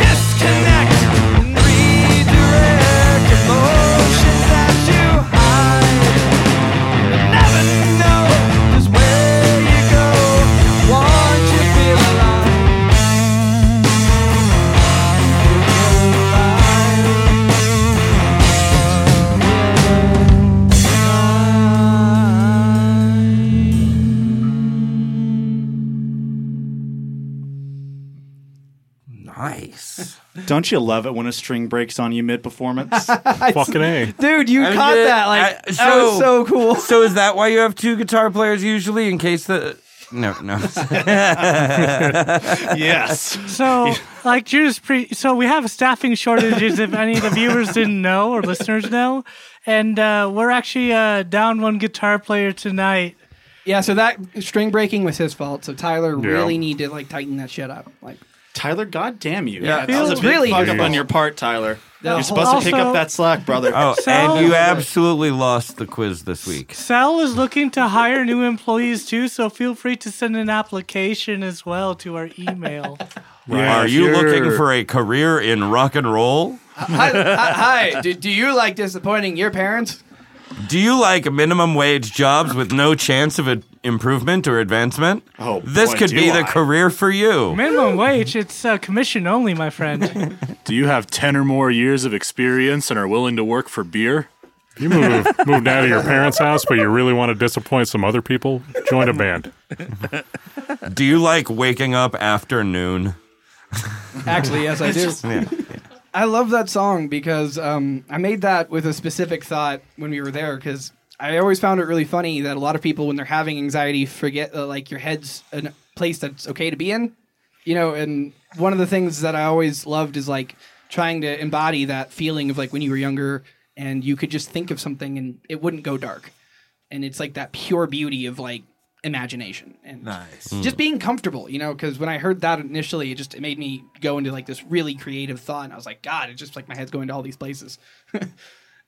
Speaker 14: Disconnect and redirect emotions that you hide. You'll never know just where you go once you feel alive.
Speaker 11: Nice.
Speaker 9: Don't you love it when a string breaks on you mid performance?
Speaker 5: Fucking
Speaker 9: A.
Speaker 8: Dude, you caught that, like, that was so
Speaker 5: cool. uh, So is that why you have two guitar players usually in case the no no
Speaker 9: yes.
Speaker 12: So, like Judas Pre, so we have staffing shortages. if any of the viewers didn't know or listeners know, and uh, we're actually uh, down one guitar player tonight.
Speaker 8: Yeah, so that string breaking was his fault. So Tyler
Speaker 9: Yeah.
Speaker 8: really need to like tighten that shit up. Like
Speaker 9: Tyler, goddamn you.
Speaker 8: Yeah,
Speaker 9: that was a
Speaker 8: it's
Speaker 9: big
Speaker 8: really
Speaker 9: fuck up
Speaker 8: difficult.
Speaker 9: on your part, Tyler.
Speaker 8: The
Speaker 9: You're supposed to pick
Speaker 12: also-
Speaker 9: up that slack, brother.
Speaker 5: Oh, and you absolutely lost the quiz this week.
Speaker 12: Sal is looking to hire new employees too, so feel free to send an application as well to our email.
Speaker 8: Yeah,
Speaker 5: Are you
Speaker 8: sure.
Speaker 5: looking for a career in rock and roll?
Speaker 8: hi, hi, hi, do, do you like disappointing your parents?
Speaker 5: Do you like minimum wage jobs with no chance of a- improvement or advancement? Oh, this
Speaker 12: boy,
Speaker 5: could
Speaker 12: do
Speaker 5: be
Speaker 12: I.
Speaker 5: the career for you.
Speaker 12: Minimum wage, it's uh, commission only, my friend.
Speaker 15: Do you have 10 or more years of experience and are willing to work for beer?
Speaker 7: You move, moved out of your parents' house, but you really want to disappoint some other people? Join a band.
Speaker 5: Do you like waking up after noon?
Speaker 8: Actually, yes, I do.
Speaker 5: Yeah.
Speaker 8: I love that song because um, I made that with a specific thought when we were there because I always found it really funny that a lot of people when they're having anxiety forget that like your head's a place that's okay to be in, you know. And one of the things that I always loved is like trying to embody that feeling of like when you were younger and you could just think of something and it wouldn't go dark, and it's like that pure beauty of like imagination and
Speaker 13: Nice.
Speaker 8: just being comfortable, you know, because when I heard that initially, it just it made me go into like this really creative thought, and I was like, God, it's just like my head's going to all these places.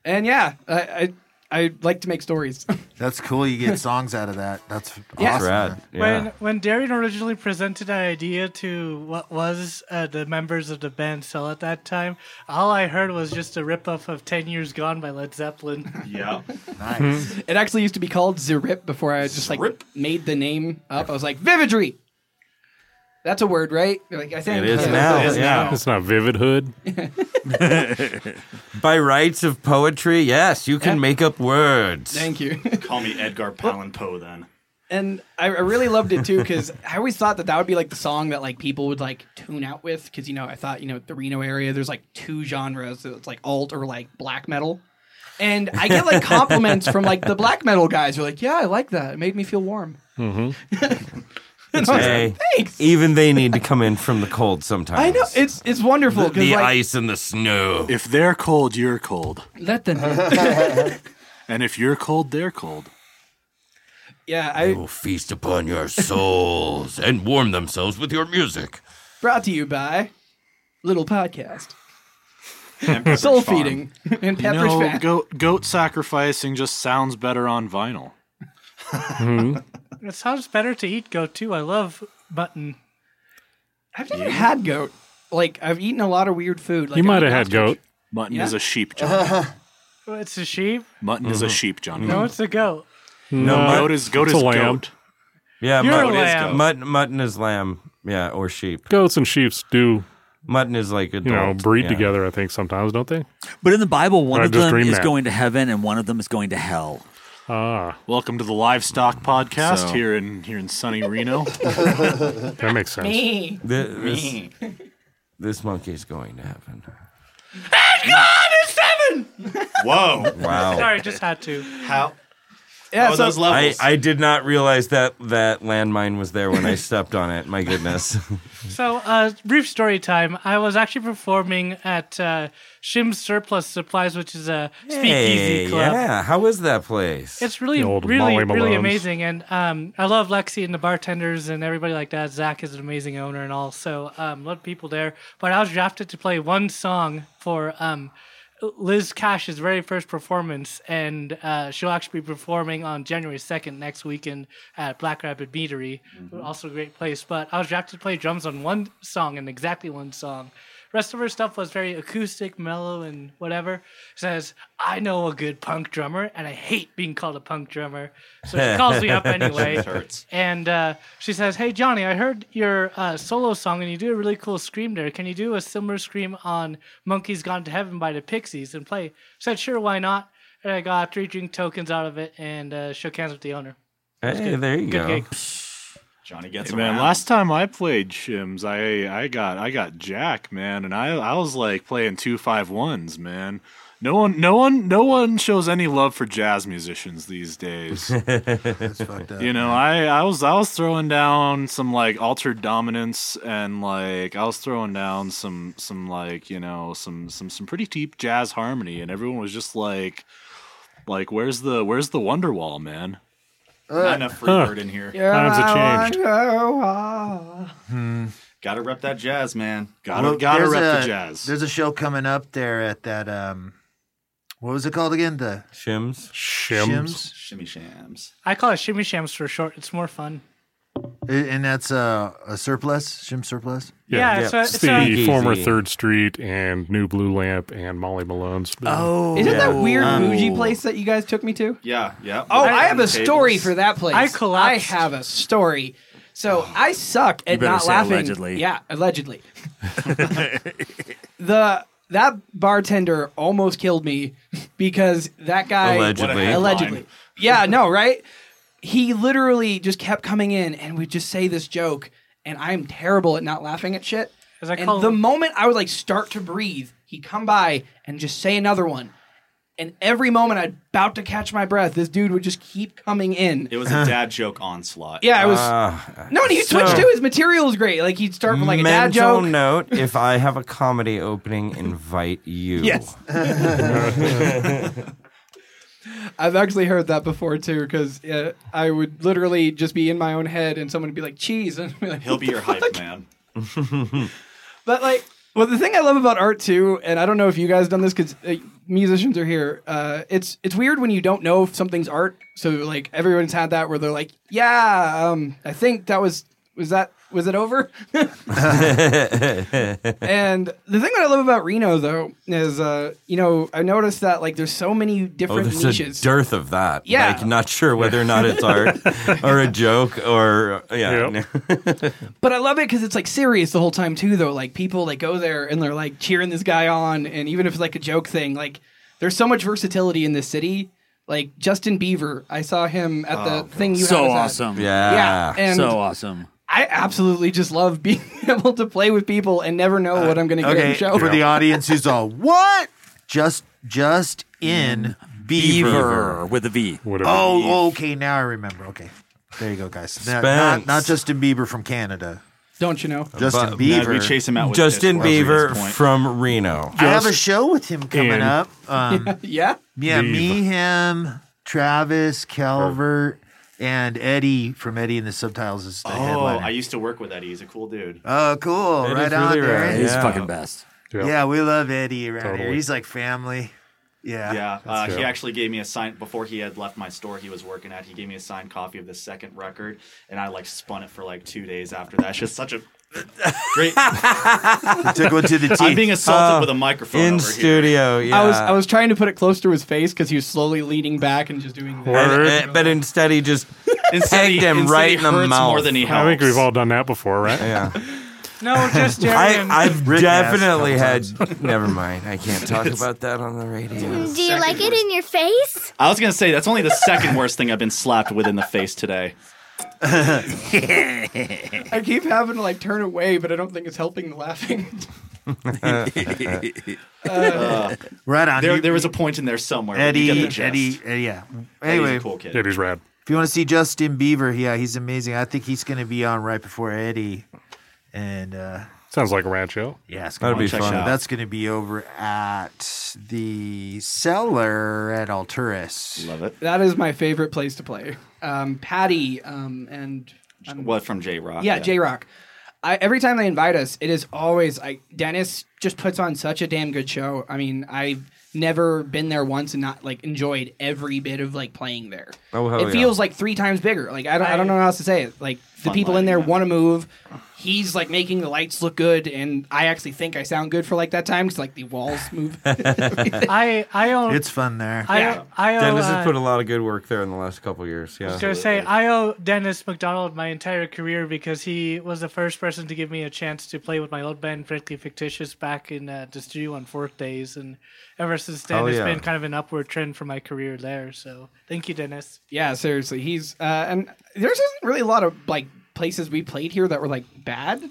Speaker 8: and yeah, I, I I like to make stories.
Speaker 10: That's cool. You get songs out of that. That's
Speaker 8: Yeah.
Speaker 10: awesome.
Speaker 5: Rad. Yeah.
Speaker 12: When when Darren originally presented an idea to what was uh, the members of the band Cell at that time, all I heard was just a ripoff of Ten Years Gone by Led Zeppelin.
Speaker 9: Yeah.
Speaker 8: Nice. it actually used to be called Zerip before I just like made the name up. I was like Vividry. That's a word, right? Like I think
Speaker 5: It is now. yeah.
Speaker 7: It's not vivid hood.
Speaker 5: By rights of poetry, yes, you can make up words.
Speaker 8: Thank you.
Speaker 9: Call me Edgar Allan Poe then.
Speaker 8: And I, I really loved it too because I always thought that that would be like the song that like people would like tune out with because you know I thought you know the Reno area there's like two genres so it's like alt or like black metal, and I get like compliments from like the black metal guys who are like yeah I like that it made me feel warm.
Speaker 5: Mm-hmm.
Speaker 8: And I was like, Thanks.
Speaker 5: Even they need to come in from the cold sometimes.
Speaker 8: I know it's it's wonderful
Speaker 5: The,
Speaker 8: 'cause,
Speaker 5: the
Speaker 8: like,
Speaker 5: ice and the snow.
Speaker 15: If they're cold, you're cold.
Speaker 8: let them.
Speaker 15: And if you're cold, they're cold.
Speaker 8: yeah, I
Speaker 5: will feast upon your souls and warm themselves with your music.
Speaker 8: brought to you by Little Podcast.
Speaker 15: Pepperidge
Speaker 8: Soul
Speaker 15: Farm.
Speaker 8: feeding and
Speaker 15: You
Speaker 8: Pepperidge
Speaker 15: know,
Speaker 8: Farm.
Speaker 15: goat, goat sacrificing just sounds better on vinyl.
Speaker 12: It sounds better to eat goat too. I love mutton.
Speaker 8: I've never had goat. Like I've eaten a lot of weird food. Like,
Speaker 7: you might have
Speaker 8: I'm-
Speaker 7: had goat.
Speaker 15: Mutton
Speaker 8: Yeah.
Speaker 15: is a sheep, John.
Speaker 12: It's a sheep.
Speaker 15: Mutton is
Speaker 7: Uh-huh.
Speaker 15: a sheep,
Speaker 5: Mm.
Speaker 15: John.
Speaker 12: No, it's a goat.
Speaker 15: No, goat is- goat
Speaker 5: it's
Speaker 15: is
Speaker 5: a lamb.
Speaker 15: goat.
Speaker 5: Yeah,
Speaker 12: You're a
Speaker 5: mutton, is
Speaker 12: lamb.
Speaker 5: mut- mutton is lamb. Yeah, or sheep.
Speaker 7: Goats and sheeps do.
Speaker 5: Mutton is like
Speaker 7: You know,
Speaker 5: adult,
Speaker 7: breed
Speaker 5: yeah.
Speaker 7: together. I think sometimes don't they?
Speaker 11: But in the Bible, one
Speaker 7: I
Speaker 11: of
Speaker 7: just
Speaker 11: them
Speaker 7: dreamed
Speaker 11: is
Speaker 7: that.
Speaker 11: going to heaven and one of them is going to hell.
Speaker 7: Ah,
Speaker 15: Welcome to the livestock podcast
Speaker 11: So-
Speaker 15: here in here in sunny Reno.
Speaker 7: that makes sense.
Speaker 8: Me.
Speaker 5: Th- this, this monkey's going to heaven.
Speaker 9: Whoa!
Speaker 5: Wow.
Speaker 12: Sorry, just had to.
Speaker 9: How?
Speaker 8: Yeah,
Speaker 15: Oh,
Speaker 9: How are
Speaker 8: so-
Speaker 9: those levels?
Speaker 5: I, I did not realize that that landmine was there when I stepped on it. My goodness.
Speaker 12: So, uh, brief story time. I was actually performing at uh, Shim's Surplus Supplies, which is a speakeasy
Speaker 5: Hey,
Speaker 12: club.
Speaker 5: Yeah, how is that place?
Speaker 12: It's really, really, really amazing, and um, I love Lexi and the bartenders and everybody like that. Zach is an amazing owner and all, so um, lot of people there. But I was drafted to play one song for um, Liz Cash's very first performance, and uh, she'll actually be performing on January second next weekend at Black Rabbit Beatery, also a great place. But I was drafted to play drums on one song and exactly one song. Rest of her stuff was very acoustic, mellow, and whatever. Says, I know a good punk drummer, and I hate being called a punk drummer. So she calls me up anyway.
Speaker 9: That hurts.
Speaker 12: And uh, she says, Hey, Johnny, I heard your uh, solo song, and you do a really cool scream there. Can you do a similar scream on Monkey's Gone to Heaven by the Pixies and play? I said, Sure, why not? And I got three drink tokens out of it and uh, shook hands with the owner. It was
Speaker 5: Hey,
Speaker 12: good.
Speaker 5: there you
Speaker 12: Good
Speaker 5: go.
Speaker 12: gig.
Speaker 9: Johnny gets
Speaker 15: Hey, man,
Speaker 9: around.
Speaker 15: last time I played Shims, I I got I got Jack, man, and I I was like playing two five ones, man. No one, no one, no one shows any love for jazz musicians these days.
Speaker 10: That's fucked up.
Speaker 15: You know, I, I was I was throwing down some like altered dominance and like I was throwing down some some like, you know, some some some pretty deep jazz harmony and everyone was just like like where's the where's the Wonderwall, man?
Speaker 9: Not enough free
Speaker 15: Huh.
Speaker 9: word in here.
Speaker 15: Times have changed.
Speaker 9: Gotta rep that jazz, man.
Speaker 15: Gotta
Speaker 10: Well,
Speaker 15: gotta
Speaker 10: there's
Speaker 15: rep
Speaker 10: a-
Speaker 15: the jazz.
Speaker 10: There's a show coming up there at that um what was it called again? The
Speaker 5: Shims.
Speaker 10: Shims.
Speaker 9: Shimmy shams.
Speaker 12: I call it Shimmy Shams for short. It's more fun.
Speaker 10: A- And that's uh, a surplus, Shim surplus.
Speaker 12: Yeah,
Speaker 7: it's,
Speaker 12: so- so-
Speaker 7: the
Speaker 12: Speakeasy.
Speaker 7: former Third Street and New Blue Lamp and Molly Malone's. Oh.
Speaker 8: Isn't that
Speaker 11: Oh.
Speaker 8: weird
Speaker 11: Um,
Speaker 15: Um,
Speaker 8: bougie place that you guys took me to?
Speaker 9: Yeah, yeah.
Speaker 8: Oh,
Speaker 9: Right
Speaker 8: I have
Speaker 9: on
Speaker 8: a
Speaker 9: the
Speaker 8: story
Speaker 9: tables.
Speaker 8: for that place. I collapsed. I have a story. So I suck
Speaker 11: You
Speaker 8: at
Speaker 11: better
Speaker 8: not
Speaker 11: say
Speaker 8: laughing.
Speaker 11: allegedly.
Speaker 8: Yeah, allegedly. the that bartender almost killed me because that guy
Speaker 5: Allegedly. What a headline.
Speaker 8: allegedly. Yeah, no, right? He literally just kept coming in and would just say this joke, and I'm terrible at not laughing at shit.
Speaker 12: As I
Speaker 8: and
Speaker 12: call-
Speaker 8: the moment I would like start to breathe, he'd come by and just say another one. And every moment I'd about to catch my breath, this dude would just keep coming in.
Speaker 9: It was a dad joke onslaught.
Speaker 8: Yeah, it was.
Speaker 5: Ah.
Speaker 8: no, and he
Speaker 5: Uh-huh. So-
Speaker 8: switched too. His material is great. Like he'd start with like a dad
Speaker 5: Mental
Speaker 8: joke.
Speaker 5: note: If I have a comedy opening, invite you.
Speaker 8: Yes. I've actually heard that before too, because uh, I would literally just be in my own head, and someone would be like, "Cheese," and I'd be like,
Speaker 9: He'll be your hype man.
Speaker 8: But like, well, the thing I love about art too, and I don't know if you guys done this because uh, musicians are here. Uh, it's it's weird when you don't know if something's art. So like, everyone's had that where they're like, "Yeah, um, I think that was was that was it over? and the thing that I love about Reno, though, is uh, you know I noticed that like there's so many
Speaker 5: Oh,
Speaker 8: different
Speaker 5: there's
Speaker 8: niches.
Speaker 5: a dearth of that.
Speaker 8: Yeah.
Speaker 5: like not sure whether or not it's art or a joke or uh, yeah.
Speaker 8: But I love it because it's like serious the whole time too, though. Like people like go there and they're like cheering this guy on, and even if it's like a joke thing, like there's so much versatility in this city. Like Justin Bieber, I saw him at
Speaker 5: Oh,
Speaker 8: the thing you
Speaker 11: so
Speaker 8: had us at.
Speaker 11: awesome.
Speaker 8: Yeah, and-
Speaker 11: so awesome.
Speaker 8: I absolutely just love being able to play with people and never know what I'm going to get in
Speaker 10: Okay,
Speaker 8: the show.
Speaker 10: for the audience who's all what? Just just in Beaver.
Speaker 11: Beaver with a V.
Speaker 10: Oh, okay, now I remember. Okay, there you go, guys. Not, not,
Speaker 11: Spence.
Speaker 10: not Justin Bieber from Canada.
Speaker 8: Don't you know?
Speaker 10: Justin
Speaker 5: But-
Speaker 10: Bieber.
Speaker 5: Justin Bieber from Reno.
Speaker 10: I have a show with him coming
Speaker 5: in.
Speaker 10: up. Um,
Speaker 8: yeah.
Speaker 10: Yeah,
Speaker 5: Leave.
Speaker 10: me, him, Travis, Calvert, and Eddie from Eddie and the Subtitles is the
Speaker 9: Oh,
Speaker 10: headliner.
Speaker 9: I used to work with Eddie. He's a cool dude.
Speaker 10: Oh, cool.
Speaker 9: Eddie's
Speaker 10: right on,
Speaker 9: really rad.
Speaker 10: Aaron.
Speaker 9: He's
Speaker 10: yeah.
Speaker 9: fucking
Speaker 11: best.
Speaker 10: Yeah. we love Eddie around here.
Speaker 9: Totally.
Speaker 10: He's like family. Yeah.
Speaker 9: Yeah,
Speaker 10: That's
Speaker 9: uh,
Speaker 10: cool.
Speaker 9: he actually gave me a signed before he had left my store he was working at. He gave me a signed copy of the second record, and I like spun it for like two days after that. It's just such a great.
Speaker 10: Took one to the
Speaker 9: I'm
Speaker 10: teeth.
Speaker 9: being assaulted
Speaker 5: Uh,
Speaker 10: Oh,
Speaker 9: with a microphone
Speaker 10: in
Speaker 9: over
Speaker 5: Um, studio. Yeah,
Speaker 8: I was I was trying to put it close to his face because he was slowly leaning back and just doing that.
Speaker 5: And- and- but instead he just
Speaker 8: Instead
Speaker 5: pegged
Speaker 8: he-
Speaker 5: him
Speaker 8: instead
Speaker 5: right
Speaker 8: he
Speaker 5: in the
Speaker 8: hurts
Speaker 5: mouth.
Speaker 8: more than he
Speaker 7: I think we've all done that before, right?
Speaker 5: Yeah.
Speaker 12: No, just Jerry.
Speaker 5: I,
Speaker 12: and-
Speaker 5: I've
Speaker 12: Rick asked
Speaker 5: definitely
Speaker 12: a couple
Speaker 5: had. Never mind. I can't talk about that on the radio.
Speaker 16: Do you like it in your face?
Speaker 9: I was gonna say that's only the second worst thing I've been slapped with in the face today.
Speaker 8: I keep having to like turn away, but I don't think it's helping the laughing.
Speaker 9: Uh,
Speaker 10: right on.
Speaker 9: There,
Speaker 10: You-
Speaker 9: there was a point in there somewhere. but you
Speaker 10: Eddie,
Speaker 9: get the
Speaker 10: Eddie,
Speaker 9: gist.
Speaker 10: uh, yeah.
Speaker 9: Eddie's a
Speaker 10: Anyway,
Speaker 9: cool kid.
Speaker 7: Eddie's rad.
Speaker 10: If you want to see Justin Bieber, yeah, he's amazing. I think he's going to be on right before Eddie. And uh,
Speaker 7: Sounds like a rad show.
Speaker 10: Yeah, it's
Speaker 7: That'd
Speaker 10: gonna-
Speaker 7: be fun.
Speaker 10: That's going to be over at the cellar at Alturas.
Speaker 9: Love it.
Speaker 8: that is my favorite place to play. Um, Patty um, and um,
Speaker 9: What from J Rock?
Speaker 8: yeah, J Rock. I, every time they invite us, it is always I Dennis just puts on such a damn good show. I mean, I've never been there once and not like enjoyed every bit of like playing there.
Speaker 5: Oh, hell
Speaker 8: it
Speaker 5: yeah.
Speaker 8: feels like three times bigger. Like I don't, I, don't know how else to say it. Like the
Speaker 5: Fun
Speaker 8: people in there want to move. He's like making the lights look good, and I actually think I sound good for like that time because like the walls move.
Speaker 12: I I own.
Speaker 10: It's fun there.
Speaker 12: I I owe,
Speaker 5: Dennis
Speaker 12: uh,
Speaker 5: has put a lot of good work there in the last couple of years. Yeah.
Speaker 12: I was gonna say I owe Dennis McDonald my entire career because he was the first person to give me a chance to play with my old band, Frankly Fictitious, back in uh, the Studio on Fourth days, and ever since then
Speaker 8: Oh,
Speaker 12: it's
Speaker 8: yeah.
Speaker 12: been kind of an upward trend for my career there. So thank you, Dennis.
Speaker 8: Yeah, seriously, he's uh, and there's isn't really a lot of like places we played here that were like bad.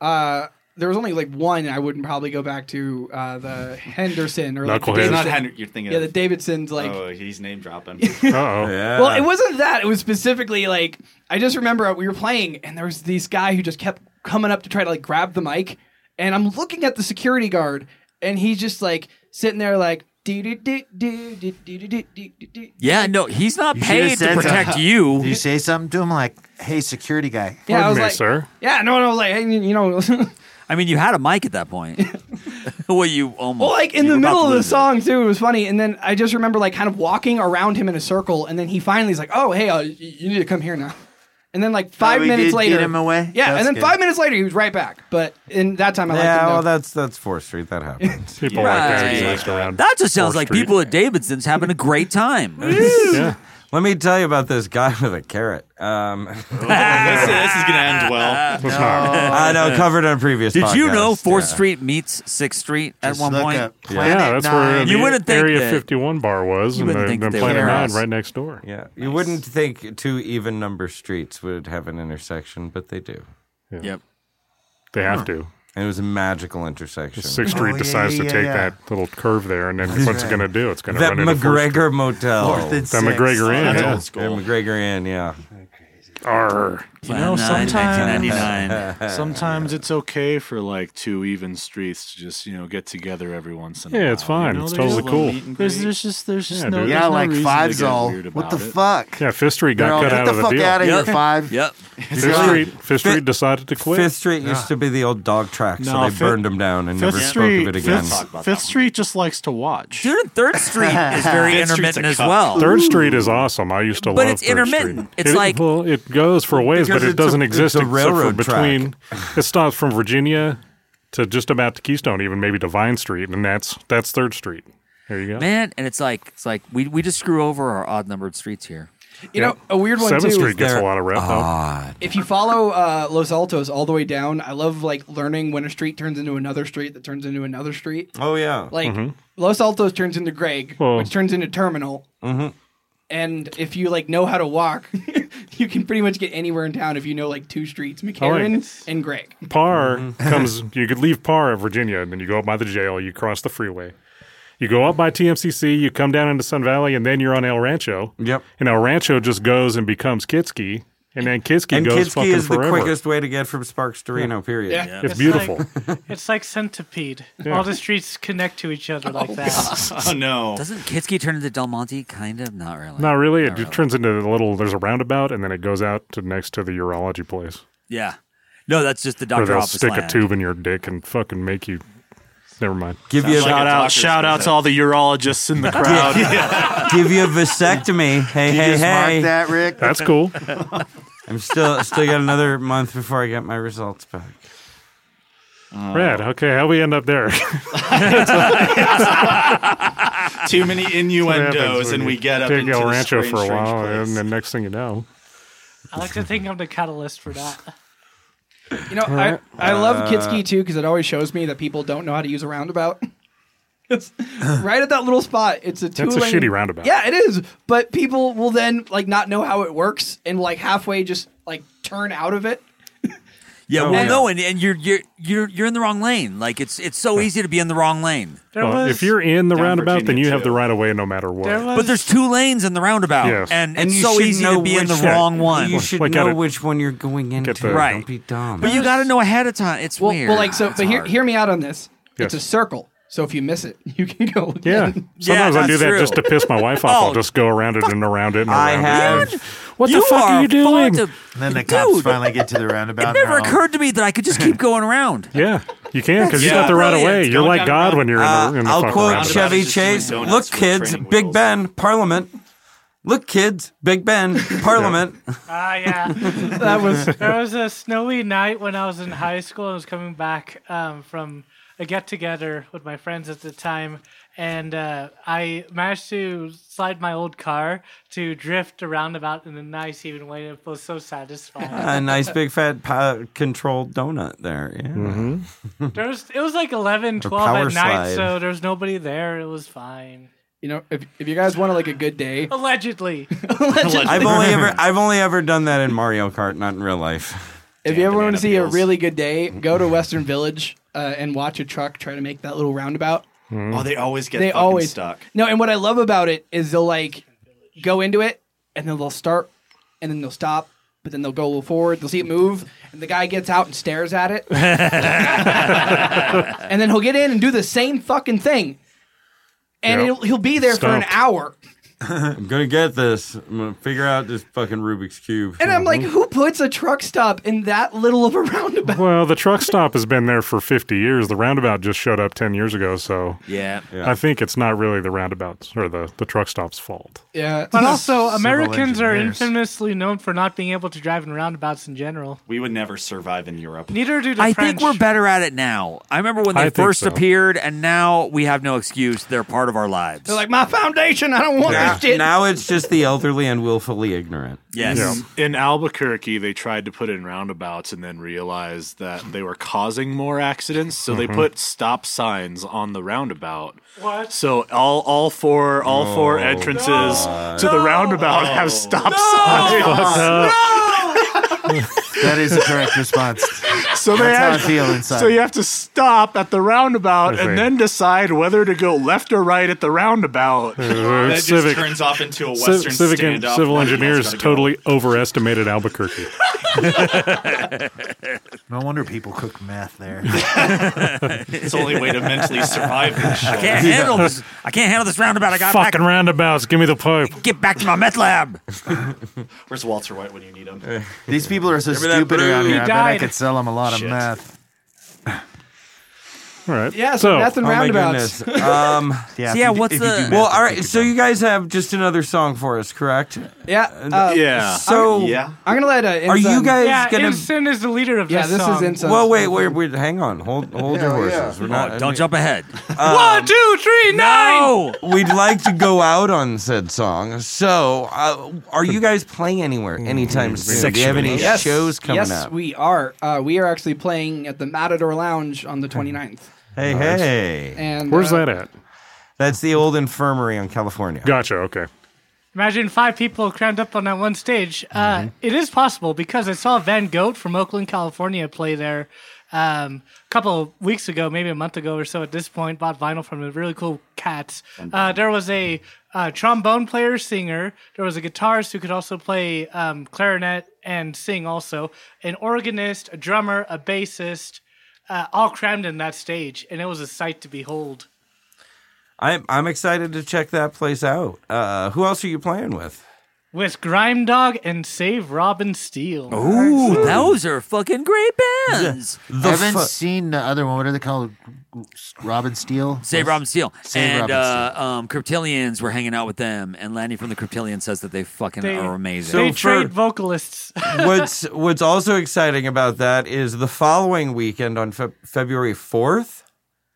Speaker 8: Uh, there was only like one I wouldn't probably go back to uh, the Henderson or like, the
Speaker 9: Knucklehead. It's not
Speaker 8: Davidson-
Speaker 9: Henry- you're thinking
Speaker 8: Yeah,
Speaker 9: of-
Speaker 8: the Davidson's like.
Speaker 9: oh, he's name dropping.
Speaker 7: oh.
Speaker 8: Well, it wasn't that. It was specifically like I just remember we were playing and there was this guy who just kept coming up to try to like grab the mic, and I'm looking at the security guard and he's just like sitting there like. "Do, do, do, do, do, do, do, do, do, do, do."
Speaker 11: Yeah, no, he's not
Speaker 10: You should've
Speaker 11: paid to
Speaker 10: said
Speaker 11: protect
Speaker 10: something.
Speaker 11: you.
Speaker 10: Did you say something to him like, hey, security guy?
Speaker 8: Yeah, I was like, Yeah, no, no, like hey, you know,
Speaker 11: I mean, you had a mic at that point. well, you almost.
Speaker 8: Well, like in
Speaker 11: Mm. you
Speaker 8: the
Speaker 11: were about
Speaker 8: middle
Speaker 11: to
Speaker 8: of the
Speaker 11: lose it.
Speaker 8: song too, it was funny. And then I just remember like kind of walking around him in a circle, and then he finally is like, "Oh, hey, uh, y- you need to come here now." And then like five
Speaker 10: we
Speaker 8: minutes
Speaker 10: did
Speaker 8: later,
Speaker 10: get him away?
Speaker 8: Yeah,
Speaker 10: That's
Speaker 8: and then
Speaker 10: good.
Speaker 8: five minutes later, he was right back. But in that time, I liked
Speaker 5: yeah,
Speaker 8: him.
Speaker 5: well,
Speaker 8: though.
Speaker 5: that's that's Fourth Street. That happens.
Speaker 7: People
Speaker 11: like that Right. exact around That just sounds 4th like Street. people at Davidson's having a great time.
Speaker 5: Let me tell you about this guy with a carrot.
Speaker 11: Oh,
Speaker 5: Um, this, is gonna
Speaker 9: end well.
Speaker 5: I know, covered on previous.
Speaker 11: Did you know
Speaker 5: podcast,
Speaker 11: Fourth
Speaker 5: yeah.
Speaker 11: Street meets Sixth Street at
Speaker 5: Just
Speaker 11: one
Speaker 5: look
Speaker 11: point?
Speaker 5: up Yeah. Planet
Speaker 7: Yeah, that's where
Speaker 11: you
Speaker 7: the
Speaker 11: wouldn't think
Speaker 7: Area
Speaker 11: that-
Speaker 7: 51 bar was,
Speaker 11: you
Speaker 7: and
Speaker 11: wouldn't
Speaker 7: they're,
Speaker 11: think
Speaker 7: they're
Speaker 11: they
Speaker 7: playing
Speaker 11: would.
Speaker 7: around right next door.
Speaker 5: Yeah, you wouldn't think two even number streets would have an intersection, but they do.
Speaker 11: Yep,
Speaker 7: they have to.
Speaker 5: And it was a magical intersection.
Speaker 7: Sixth Street decides to take that little curve there, and then
Speaker 5: That's
Speaker 7: what's it
Speaker 5: right.
Speaker 7: going to do? It's going to
Speaker 5: that
Speaker 7: run into Fourth Street.
Speaker 5: McGregor Motel.
Speaker 7: Fourth and That sixth. McGregor Inn,
Speaker 5: That
Speaker 7: yeah.
Speaker 5: McGregor Inn, yeah.
Speaker 7: Arr.
Speaker 15: You know, sometimes,
Speaker 5: 1999.
Speaker 15: sometimes it's okay for like two even streets to just you know get together every once in a while.
Speaker 7: Yeah, it's fine.
Speaker 15: You know,
Speaker 7: It's
Speaker 15: there's-
Speaker 7: totally cool.
Speaker 15: There's, there's just there's just
Speaker 7: Yeah,
Speaker 15: no
Speaker 7: dude.
Speaker 15: there's
Speaker 7: Yeah,
Speaker 15: no
Speaker 7: like
Speaker 15: reason to
Speaker 7: Five's
Speaker 15: get
Speaker 7: all,
Speaker 15: weird
Speaker 7: what
Speaker 15: about
Speaker 7: the
Speaker 15: it.
Speaker 10: fuck?
Speaker 7: Yeah, Fifth Street got
Speaker 15: Girl,
Speaker 7: cut
Speaker 15: get
Speaker 7: out
Speaker 15: the
Speaker 7: of the
Speaker 15: fuck
Speaker 7: deal.
Speaker 15: outta here, Yep. Five.
Speaker 11: Yep.
Speaker 7: Fifth Street, Fifth Street decided to quit.
Speaker 5: Fifth Street used to be the old dog track, so
Speaker 7: No,
Speaker 5: they
Speaker 7: Fifth-
Speaker 5: burned them down and
Speaker 7: Fifth
Speaker 5: never
Speaker 7: Street-
Speaker 5: spoke of it again.
Speaker 15: Fifth, Fifth Street just likes to watch.
Speaker 11: Dude, Third Street is very intermittent as well.
Speaker 7: Third Street is awesome. I used to
Speaker 11: But
Speaker 7: love
Speaker 11: it's
Speaker 7: Third Street.
Speaker 11: intermittent. It's
Speaker 7: It-
Speaker 11: like-
Speaker 7: well, it goes for a ways,
Speaker 6: Because
Speaker 7: but it
Speaker 6: it's a-
Speaker 7: doesn't
Speaker 6: it's
Speaker 7: exist
Speaker 6: a
Speaker 7: except for
Speaker 6: railroad
Speaker 7: between. it stops from Virginia to just about to Keystone, even maybe to Vine Street, and that's that's Third Street. There you go.
Speaker 11: man. And it's like it's like we we just screw over our odd numbered streets here.
Speaker 8: You know, a weird one
Speaker 7: Seventh
Speaker 8: too.
Speaker 7: Street
Speaker 8: is
Speaker 7: gets
Speaker 8: there-
Speaker 7: a lot of rep.
Speaker 11: Odd.
Speaker 8: If you follow uh, Los Altos all the way down, I love like learning when a street turns into another street that turns into another street.
Speaker 5: Oh yeah.
Speaker 8: Like
Speaker 5: Mhm.
Speaker 8: Los Altos turns into Greg,
Speaker 5: Well-
Speaker 8: which turns into Terminal.
Speaker 5: Mhm.
Speaker 8: And if you like know how to walk, you can pretty much get anywhere in town if you know like two streets, McCarran and Greg.
Speaker 7: Par comes. You could leave Par at Virginia, and then you go up by the jail. You cross the freeway. You go up by TMCC. You come down into Sun Valley, and then you're on El Rancho.
Speaker 5: Yep.
Speaker 7: And El Rancho just goes and becomes Kitski, and then Kitski
Speaker 5: and
Speaker 7: goes
Speaker 5: Kitski
Speaker 7: fucking
Speaker 5: is the
Speaker 7: forever.
Speaker 5: quickest way to get from Sparks to Reno. Period.
Speaker 7: It's beautiful.
Speaker 12: Like, it's like centipede.
Speaker 11: Yeah. Oh,
Speaker 12: All the streets connect to each other like that.
Speaker 11: Doesn't Kitski turn into Del Monte? Kind of, not really.
Speaker 7: Not really. It just turns into a little. There's a roundabout, and then it goes out to next to the urology place.
Speaker 11: Yeah. No, that's just the
Speaker 7: Where
Speaker 11: doctor
Speaker 7: they'll
Speaker 11: office
Speaker 7: stick a
Speaker 11: land.
Speaker 7: tube in your dick and fucking make you. Never mind.
Speaker 5: Give you a- Sounds like
Speaker 15: shout
Speaker 5: a
Speaker 15: out,
Speaker 5: doctor's
Speaker 15: shout out
Speaker 5: visit.
Speaker 15: to all the urologists in the crowd.
Speaker 5: Give you a vasectomy. Hey,
Speaker 15: Can you
Speaker 5: hey,
Speaker 15: just mark
Speaker 5: hey.
Speaker 15: that, Rick? That's cool.
Speaker 5: I'm still still got another month before I get my results back. Oh.
Speaker 7: Rad. Okay, how we end up there?
Speaker 9: Too many innuendos, and we get up
Speaker 7: Take
Speaker 9: into
Speaker 7: El
Speaker 9: the
Speaker 7: Rancho
Speaker 9: strange,
Speaker 7: for a
Speaker 9: strange
Speaker 7: while,
Speaker 9: place.
Speaker 7: and then next thing you know,
Speaker 12: I like to think I'm the catalyst for that.
Speaker 8: You know, I,
Speaker 7: Alright.
Speaker 8: I
Speaker 7: Uh,
Speaker 8: love Kitski too because it always shows me that people don't know how to use a roundabout. it's right at that little spot. It's a two.
Speaker 7: That's a shitty roundabout.
Speaker 8: Yeah, it is. But people will then like not know how it works and like halfway just like turn out of it.
Speaker 11: Yeah,
Speaker 8: Oh,
Speaker 11: well,
Speaker 8: yeah.
Speaker 11: no, and, and you're you're you're you're in the wrong lane. Like it's it's so easy to be in the wrong lane.
Speaker 7: well, if you're in the roundabout, then you have the right of way no matter what.
Speaker 11: but there's two lanes in the roundabout,
Speaker 7: Yes.
Speaker 11: and,
Speaker 7: And
Speaker 11: it's
Speaker 7: you
Speaker 11: so
Speaker 7: should
Speaker 11: easy to
Speaker 7: know
Speaker 11: be in the
Speaker 7: which-
Speaker 11: wrong
Speaker 7: Yeah.
Speaker 11: one.
Speaker 5: You should
Speaker 7: Like,
Speaker 5: know
Speaker 7: gotta-
Speaker 5: which one you're going into.
Speaker 7: the- Right.
Speaker 5: Don't be
Speaker 7: Oh,
Speaker 5: dumb.
Speaker 11: But you got to know ahead of time. It's
Speaker 8: Well,
Speaker 11: weird.
Speaker 8: well, like so. But hear,
Speaker 11: hard.
Speaker 8: hear me out on this.
Speaker 7: Yes.
Speaker 8: It's a circle. So if you miss it, you can go.
Speaker 7: Yeah.
Speaker 8: Again.
Speaker 7: Sometimes I do that just to piss my wife off. I'll
Speaker 8: Oh.
Speaker 7: just go around it and around it and
Speaker 8: I
Speaker 7: around
Speaker 8: have-
Speaker 7: it. What the fuck are you doing?
Speaker 10: And then the cops finally get to the roundabout.
Speaker 11: It
Speaker 10: and
Speaker 11: never
Speaker 10: they're all-
Speaker 11: occurred to me that I could just keep going around.
Speaker 7: Yeah, you can because you
Speaker 11: That's
Speaker 7: got the right of way.
Speaker 11: brilliant.
Speaker 7: You're
Speaker 11: Going
Speaker 7: like
Speaker 11: down
Speaker 7: God
Speaker 11: the
Speaker 7: when you're in
Speaker 5: Uh,
Speaker 7: the, in the
Speaker 5: I'll
Speaker 7: fucking
Speaker 5: quote
Speaker 7: roundabout.
Speaker 5: Chevy Chase. Look, kids, Big Ben, Parliament. Look, kids, Big Ben, Parliament.
Speaker 12: Ah, yeah.
Speaker 5: That was-
Speaker 12: there was a snowy night when I was in high school. I was coming back um, from a get together with my friends at the time, and uh, I managed to slide my old car to drift around about in a nice even way. It was so satisfying.
Speaker 5: a nice big fat po- controlled donut there. Yeah.
Speaker 8: Mm-hmm.
Speaker 12: There was, it was like 11,
Speaker 5: Or
Speaker 12: 12
Speaker 5: power
Speaker 12: at night,
Speaker 5: slide.
Speaker 12: so there was nobody there. It was fine.
Speaker 8: You know, if, if you guys want like a good day,
Speaker 12: Allegedly.
Speaker 5: I've only ever I've only ever done that in Mario Kart, not in real life.
Speaker 8: If you ever want to see a really good day, go to Western Village uh, and watch a truck try to make that little roundabout.
Speaker 7: Mm-hmm.
Speaker 5: Mm.
Speaker 9: Oh, they always get
Speaker 8: they
Speaker 9: fucking
Speaker 8: always
Speaker 9: stuck.
Speaker 8: No, and what I love about it is they'll like go into it and then they'll start and then they'll stop, but then they'll go a little forward. They'll see it move, and the guy gets out and stares at it, and then he'll get in and do the same fucking thing, and
Speaker 5: Yep.
Speaker 8: he'll, he'll be there for an
Speaker 5: Stumped.
Speaker 8: hour.
Speaker 5: I'm gonna get this. I'm gonna figure out this fucking Rubik's cube.
Speaker 8: And I'm like, who puts a truck stop in that little of a roundabout?
Speaker 7: Well, the truck stop has been there for 50 years. The roundabout just showed up 10 years ago, so
Speaker 11: Yeah.
Speaker 5: Yeah.
Speaker 7: I think it's not really the roundabouts or the, the truck stop's fault.
Speaker 8: Yeah.
Speaker 12: But also, Americans are
Speaker 9: engineers.
Speaker 12: infamously known for not being able to drive in roundabouts in general.
Speaker 9: We would never survive in Europe.
Speaker 12: Neither do the
Speaker 11: I
Speaker 12: French.
Speaker 11: think we're better at it now. I remember when
Speaker 9: I
Speaker 11: they
Speaker 9: think
Speaker 11: first
Speaker 9: so.
Speaker 11: appeared, and now we have no excuse. They're part of our lives.
Speaker 8: They're like, my foundation. I don't want
Speaker 5: now,
Speaker 8: this shit.
Speaker 5: now it's just the elderly and willfully ignorant.
Speaker 15: In Albuquerque, they tried to put in roundabouts and then realized that they were causing more accidents, so they
Speaker 10: Mm-hmm.
Speaker 7: Mhm.
Speaker 15: put stop signs on the roundabout.
Speaker 12: What?
Speaker 15: So all all four all four entrances to the roundabout have stop signs.
Speaker 10: That is the correct response.
Speaker 15: So they
Speaker 10: That's how
Speaker 15: have,
Speaker 10: I feel inside.
Speaker 15: So you have to stop at the roundabout
Speaker 10: Okay.
Speaker 15: and then decide whether to go left or right at the roundabout.
Speaker 10: Uh,
Speaker 7: That just civic- turns
Speaker 9: off into a
Speaker 7: Civ- civic en- civil engineers totally overestimated Albuquerque.
Speaker 10: No wonder people cook meth there.
Speaker 9: it's the only way to mentally survive this shit.
Speaker 11: I can't handle this. I can't handle this roundabout. I got
Speaker 7: Fucking
Speaker 11: back.
Speaker 7: roundabouts. Give me the pipe.
Speaker 11: Get back to my meth lab.
Speaker 9: Where's Walter White when you need him?
Speaker 10: These people are so
Speaker 9: Give me that
Speaker 10: stupid
Speaker 9: blue.
Speaker 10: around
Speaker 9: He
Speaker 10: here. I bet I
Speaker 9: died.
Speaker 10: could sell them a lot of
Speaker 9: Shit.
Speaker 10: meth.
Speaker 7: All right.
Speaker 8: Yeah, so meth and
Speaker 5: oh my
Speaker 8: roundabouts.
Speaker 5: goodness. Um,
Speaker 8: Yeah, So yeah, if you do- what's if you do the- meth,
Speaker 5: well?
Speaker 8: I
Speaker 5: All right, so you guys have just another song for us, correct?
Speaker 8: Yeah. uh,
Speaker 5: So
Speaker 8: I'm gonna let. Uh,
Speaker 5: Are you
Speaker 8: Ensign-
Speaker 5: guys
Speaker 12: Yeah,
Speaker 5: gonna-
Speaker 12: Ensign is the leader of
Speaker 8: Yeah,
Speaker 12: this,
Speaker 8: this is
Speaker 12: song.
Speaker 8: Ensign's
Speaker 5: Well, wait, wait, wait. Hang on. Hold, hold your
Speaker 11: Hell yeah.
Speaker 5: horses. We're
Speaker 11: Oh,
Speaker 5: not.
Speaker 11: don't jump ahead.
Speaker 12: One, two, three, nine.
Speaker 5: Um, no. We'd like to go out on said song. So, uh, are you guys playing anywhere anytime soon? Do you have any
Speaker 8: Yes.
Speaker 5: shows coming
Speaker 8: yes,
Speaker 5: up?
Speaker 8: we are. Uh, we are actually playing at the Matador Lounge on the 29th.
Speaker 5: Hey,
Speaker 8: Hmm. Nice.
Speaker 5: hey.
Speaker 8: And, Where's uh, that
Speaker 5: at? That's the old infirmary on California.
Speaker 7: Gotcha. Okay.
Speaker 12: Imagine five people crammed up on that one stage. Uh, it is possible because I saw Van Goat from Oakland, California, play there um, a couple of weeks ago, maybe a month ago or so. At this point, bought vinyl from a really cool cats. Uh, there was a uh, trombone player, singer. There was a guitarist who could also play um, clarinet and sing, also an organist, a drummer, a bassist, uh, all crammed in that stage, and it was a sight to behold.
Speaker 5: I'm I'm excited to check that place out. Uh, who else are you playing with?
Speaker 12: With Grime Dog and Save Robin Steele.
Speaker 11: Ooh, those are fucking great bands.
Speaker 10: I haven't seen the other one. What are they called? Robin Steele.
Speaker 11: Save Robin Steele.
Speaker 10: Save
Speaker 11: and
Speaker 10: Robin
Speaker 11: uh, Um, Cryptillions were hanging out with them, and Lanny from the Cryptillions says that they fucking
Speaker 12: They-
Speaker 11: are amazing.
Speaker 5: So
Speaker 12: they
Speaker 5: for-
Speaker 12: trade vocalists.
Speaker 5: what's what's also exciting about that is the following weekend on Feb February 4th.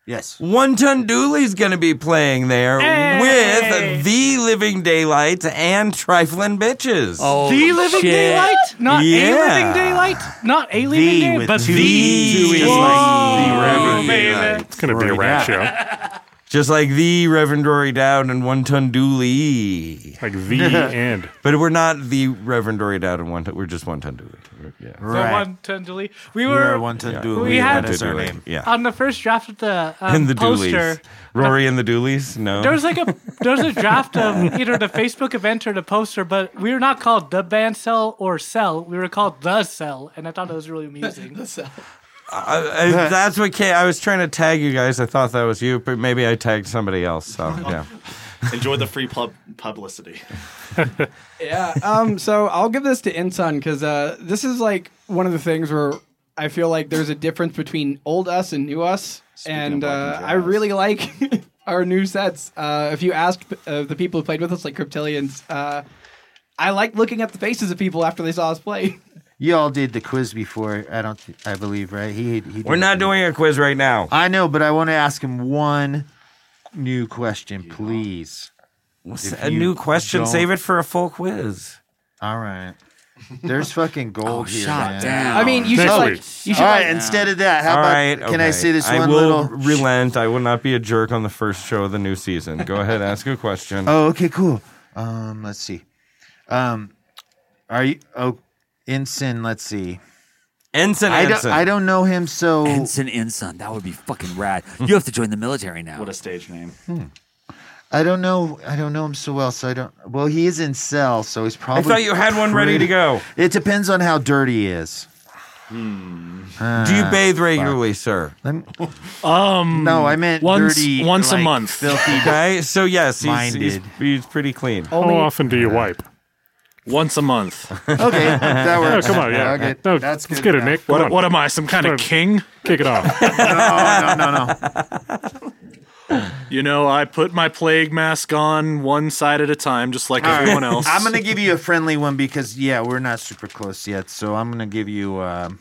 Speaker 10: Yes.
Speaker 5: One Ton Dooley's going to be playing there
Speaker 12: Hey!
Speaker 5: with The Living Daylights and Triflin' Bitches.
Speaker 11: Oh,
Speaker 12: the living daylight, not a
Speaker 5: Yeah.
Speaker 12: living daylight, not a living
Speaker 5: The
Speaker 12: daylight,
Speaker 5: with
Speaker 12: but
Speaker 5: two
Speaker 12: the.
Speaker 5: E's. Just like the
Speaker 12: Whoa,
Speaker 5: Reverend
Speaker 12: baby.
Speaker 5: Daylight.
Speaker 7: E It's gonna be a rap show.
Speaker 5: Just like The Reverend Rory Dowd and One Ton Dooley.
Speaker 7: Like the and.
Speaker 5: But we're not The Reverend Rory Dowd and One Ton. We're just One Ton Dooley. We're- Yeah.
Speaker 12: The one ton delete. We
Speaker 5: We
Speaker 12: were
Speaker 5: were one ton
Speaker 12: yeah.
Speaker 5: dooley,
Speaker 12: We
Speaker 5: one
Speaker 12: had
Speaker 5: ton That's our dooley. name. Yeah.
Speaker 12: on the first draft of the, um,
Speaker 5: and the
Speaker 12: poster.
Speaker 5: Dooleys. Rory uh, and the Dooleys? No.
Speaker 12: There was like a there's a draft of either the Facebook event or the poster, but we were not called the band cell or cell. We were called the cell, and I thought that was really amusing. the cell.
Speaker 5: I, I, that's what came. I was trying to tag you guys. I thought that was you, but maybe I tagged somebody else. So yeah.
Speaker 9: Uh-huh. Enjoy the free pub publicity.
Speaker 8: yeah. Um. So I'll give this to Insun because uh, this is like one of the things where I feel like there's a difference between old us and new us, and uh, I really like our new sets. Uh, if you asked uh, the people who played with us, like Cryptillions, uh, I like looking at the faces of people after they saw us play.
Speaker 10: You all did the quiz before. I don't. Th- I believe right. He. he
Speaker 5: We're not doing a quiz right now.
Speaker 10: I know, but I want to ask him one new question, please.
Speaker 5: What's
Speaker 10: If
Speaker 5: a
Speaker 10: you
Speaker 5: new question?
Speaker 10: don't-
Speaker 5: Save it for a full quiz. Oh,
Speaker 10: All right. There's fucking gold here.
Speaker 5: shut
Speaker 10: man.
Speaker 5: down. I mean, you should,
Speaker 10: All
Speaker 5: like-
Speaker 10: right,
Speaker 5: you should,
Speaker 10: All right.
Speaker 5: like-
Speaker 10: Instead of that, Uh, how
Speaker 5: All
Speaker 10: about
Speaker 5: right,
Speaker 10: can I
Speaker 5: okay.
Speaker 10: say this
Speaker 5: I
Speaker 10: one
Speaker 5: will
Speaker 10: little?
Speaker 5: relent. I will not be a jerk on the first show of the new season. Go ahead, ask a question.
Speaker 10: Oh, okay, cool. Um, let's see. Um, are you? Oh, ensign. Let's see.
Speaker 5: Ensign.
Speaker 10: I don't.
Speaker 11: Ensign.
Speaker 10: I don't know him. So
Speaker 11: Ensign Ensign. That would be fucking rad. You have to join the military now. What
Speaker 9: a stage name.
Speaker 10: Hmm. I don't know. I don't know him so well. So I don't. Well, he is in cell, so he's probably.
Speaker 5: thought you had one ready to
Speaker 10: pretty-
Speaker 5: go.
Speaker 10: It depends on how dirty he is.
Speaker 15: Hmm.
Speaker 10: Ah,
Speaker 5: Do you bathe regularly, sir?
Speaker 15: Um,
Speaker 10: No, I meant
Speaker 15: once
Speaker 10: dirty,
Speaker 15: once
Speaker 10: like,
Speaker 15: a month.
Speaker 10: filthy-
Speaker 5: Okay, so yes, he's, he's,
Speaker 15: Minded.
Speaker 5: he's pretty clean.
Speaker 15: Only- often
Speaker 7: do you wipe?
Speaker 15: Once a month.
Speaker 10: Okay, that works.
Speaker 7: Oh, come on, yeah.
Speaker 10: Okay,
Speaker 7: No,
Speaker 10: that's
Speaker 7: let's
Speaker 10: good
Speaker 7: get it,
Speaker 10: enough.
Speaker 7: Nick. Come
Speaker 15: What,
Speaker 7: on.
Speaker 15: what am I? Some kind of
Speaker 7: Sort of-
Speaker 15: king?
Speaker 7: Kick it off.
Speaker 10: no, no, no, no.
Speaker 15: You know, I put my plague mask on one side at a time, just like
Speaker 10: All right.
Speaker 15: everyone else.
Speaker 10: I'm gonna give you a friendly one because yeah, we're not super close yet. So I'm gonna give you um,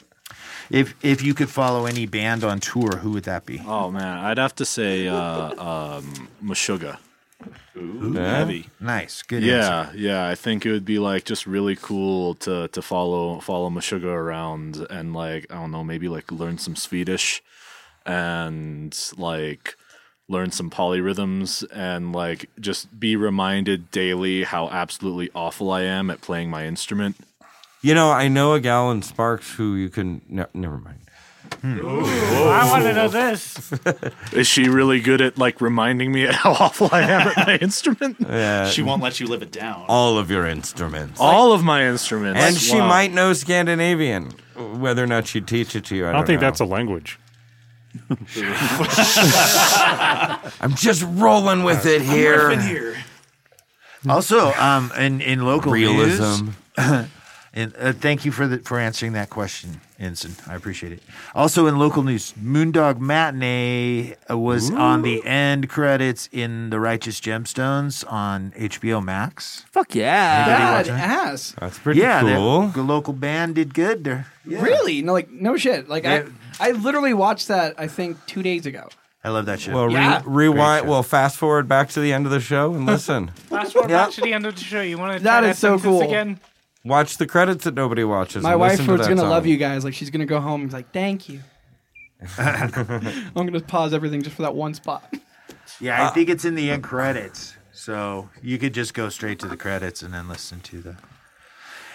Speaker 10: if if you could follow any band on tour, who would that be?
Speaker 15: Oh man, I'd have to say uh, um, Meshuggah. Ooh,
Speaker 10: Yeah.
Speaker 15: heavy.
Speaker 10: Nice, good.
Speaker 15: yeah,
Speaker 10: answer.
Speaker 15: yeah. I think it would be like just really cool to to follow follow Meshuggah around and like I don't know, maybe like learn some Swedish and like learn some polyrhythms and like just be reminded daily how absolutely awful I am at playing my instrument.
Speaker 5: You know, I know a gal in Sparks who you can. No, never mind.
Speaker 12: Hmm. I want to know this.
Speaker 15: Is she really good at like reminding me how awful I am at my instrument?
Speaker 5: Yeah.
Speaker 9: She won't let you live it down.
Speaker 5: all of your instruments.
Speaker 15: All of my instruments.
Speaker 5: and she
Speaker 15: Wow.
Speaker 5: might know Scandinavian. Whether or not she'd teach it to you, I
Speaker 7: I
Speaker 5: don't,
Speaker 7: don't, think
Speaker 5: know.
Speaker 7: that's a language.
Speaker 5: I'm just rolling with it
Speaker 9: I'm
Speaker 5: here.
Speaker 9: riffing here.
Speaker 10: Also, um, in in local
Speaker 5: Realism.
Speaker 10: news, And uh, thank you for the, for answering that question, Ensign. I appreciate it. Also, in local news, Moondog Matinee uh, was on the end credits in The Righteous Gemstones on HBO Max.
Speaker 11: Fuck yeah!
Speaker 10: Anybody watch that?
Speaker 8: ass.
Speaker 10: That's
Speaker 8: pretty cool.
Speaker 10: The local band did good there.
Speaker 8: Really? No, like no shit. Like
Speaker 10: Yeah.
Speaker 8: I, I literally watched that. I think two days ago.
Speaker 10: I love that show.
Speaker 5: Well,
Speaker 8: Yeah.
Speaker 5: re- rewind. Well, fast forward back to the end of the show and listen.
Speaker 12: Fast forward back to the end of the show. You want to
Speaker 8: That
Speaker 12: try
Speaker 8: is so
Speaker 12: sentence
Speaker 8: cool.
Speaker 12: again?
Speaker 5: Watch the credits that nobody watches.
Speaker 8: My
Speaker 5: and
Speaker 8: wife
Speaker 5: listen
Speaker 8: is
Speaker 5: to that
Speaker 8: gonna
Speaker 5: song.
Speaker 8: love you guys. Like she's gonna go home and be like, "Thank you." I'm gonna pause everything just for that one spot.
Speaker 10: Yeah, I think it's in the end credits. So you could just go straight to the credits and then listen to the.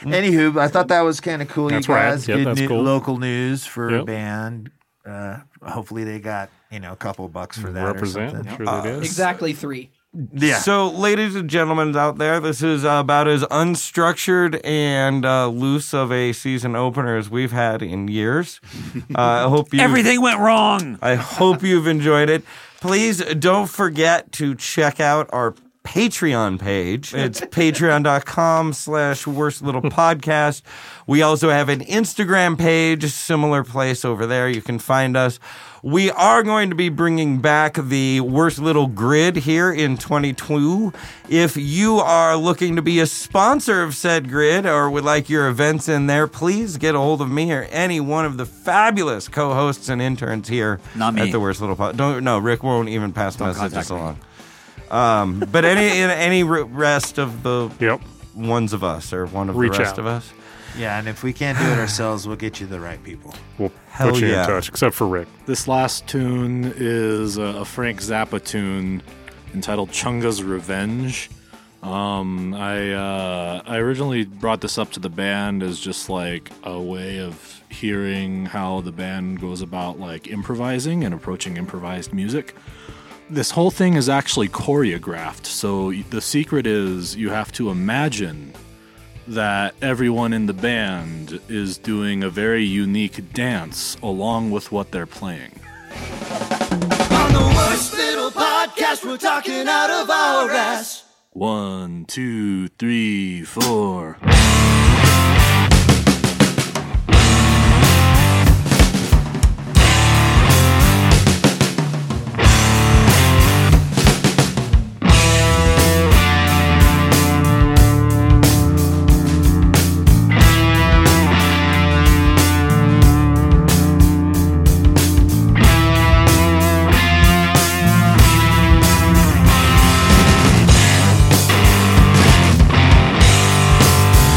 Speaker 10: Anywho, I thought that was kind of cool,
Speaker 15: That's
Speaker 10: you
Speaker 15: rad.
Speaker 10: guys.
Speaker 15: Yep,
Speaker 10: Good
Speaker 15: that's
Speaker 10: new-
Speaker 15: cool.
Speaker 10: local news for a
Speaker 15: Yep.
Speaker 10: band. Uh, hopefully, they got you know a couple bucks for that.
Speaker 5: Represent,
Speaker 10: or something. Uh,
Speaker 5: I'm sure they did.
Speaker 8: Exactly three.
Speaker 10: Yeah.
Speaker 5: So, ladies and gentlemen out there, this is uh, about as unstructured and uh, loose of a season opener as we've had in years. Uh, I hope you
Speaker 11: Everything went wrong.
Speaker 5: I hope you've enjoyed it. Please don't forget to check out our Patreon page. It's patreon.com slash worst little podcast. We also have an Instagram page, similar place over there. You can find us. We are going to be bringing back the worst little grid here in 22. If you are looking to be a sponsor of said grid or would like your events in there, please get a hold of me or any one of the fabulous co hosts and interns here
Speaker 11: Not me.
Speaker 5: at the worst little pod. Don't no, Rick won't even pass messages
Speaker 11: contact me.
Speaker 5: along. Um, but any any re- rest of the ones of us or one of
Speaker 10: Reach
Speaker 5: the rest
Speaker 10: out.
Speaker 5: of us.
Speaker 10: Yeah, and if we can't do it ourselves, we'll get you the right people.
Speaker 7: We'll
Speaker 5: Hell
Speaker 7: put you
Speaker 5: yeah.
Speaker 7: in touch, except for Rick.
Speaker 15: This last tune is a a Frank Zappa tune entitled Chunga's Revenge. Um, I uh, I originally brought this up to the band as just like a way of hearing how the band goes about like improvising and approaching improvised music. This whole thing is actually choreographed. So y- the secret is you have to imagine that everyone in the band is doing a very unique dance along with what they're playing.
Speaker 14: On the worst little podcast, we're talking out of our ass.
Speaker 15: One, two, three, four.
Speaker 14: Thank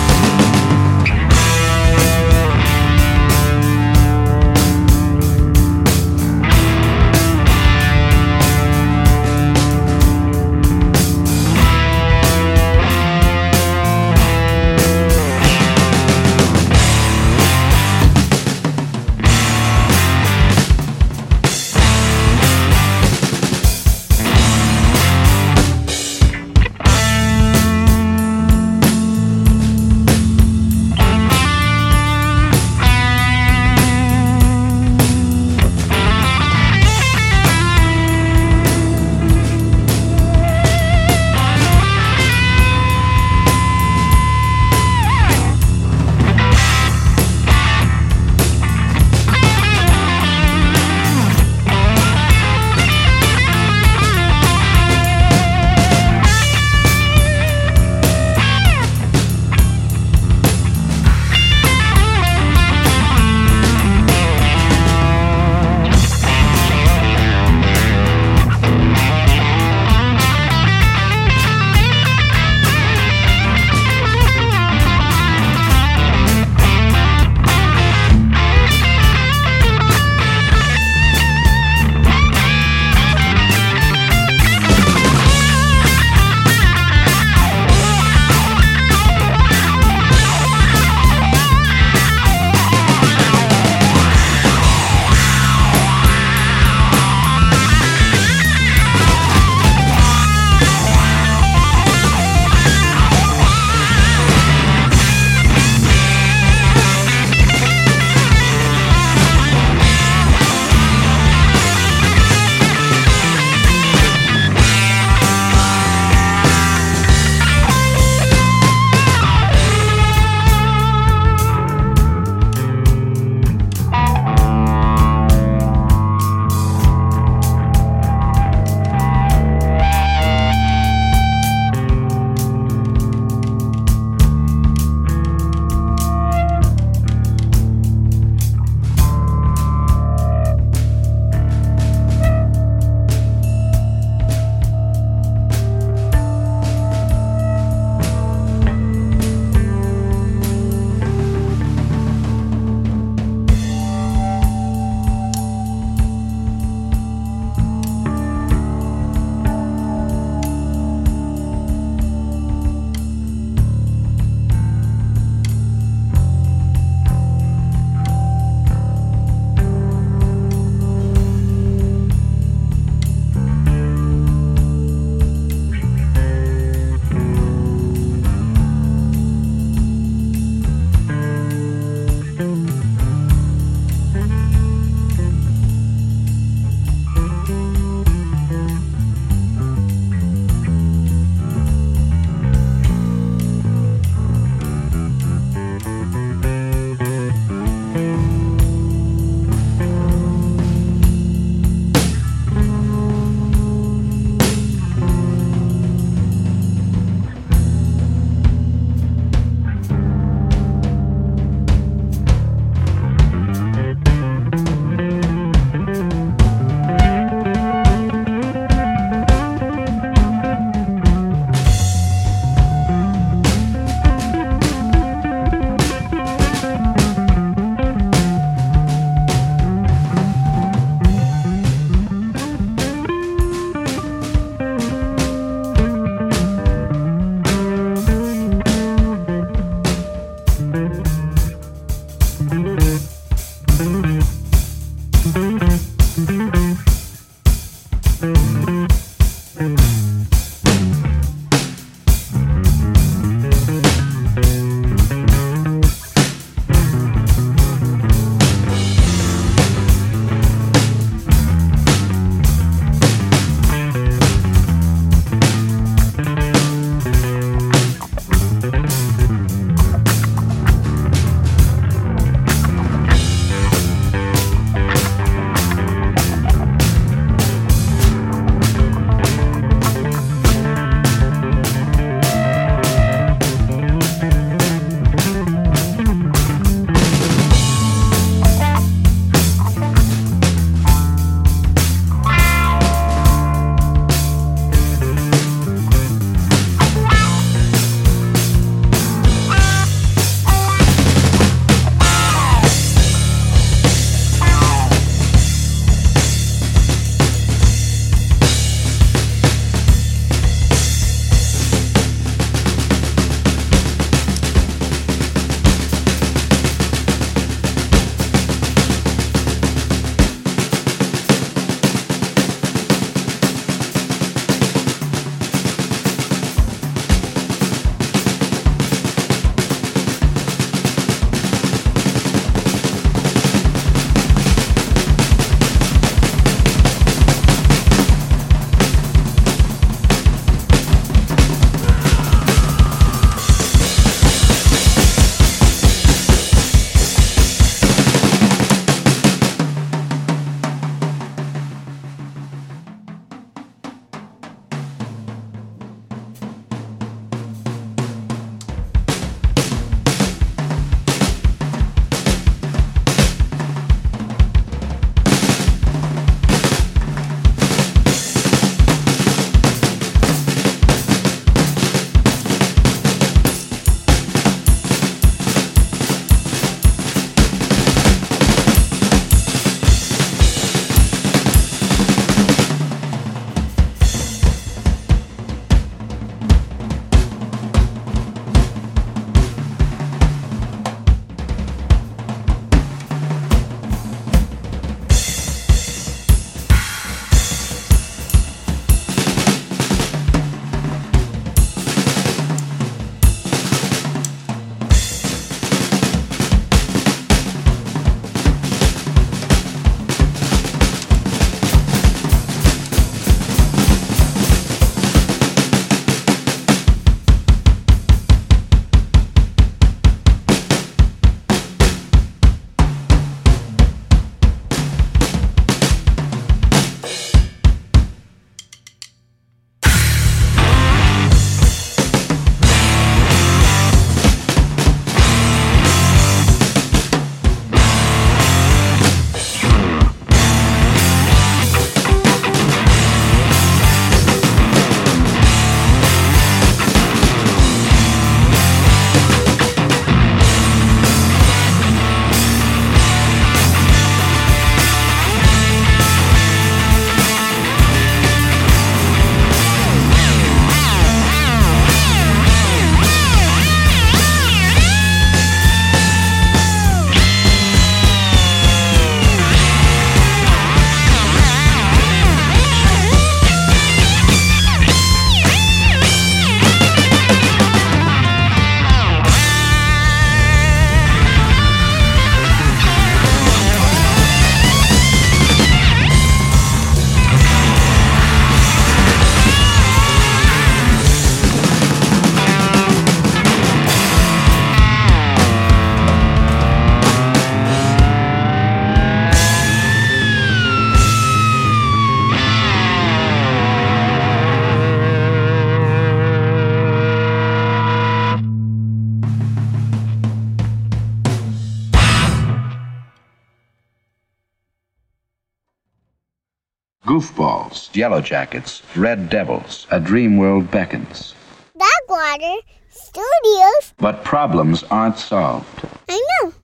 Speaker 17: Goofballs, Yellow Jackets, Red Devils, A Dream World Beckons.
Speaker 14: Backwater Studios.
Speaker 17: But problems aren't solved.
Speaker 14: I know.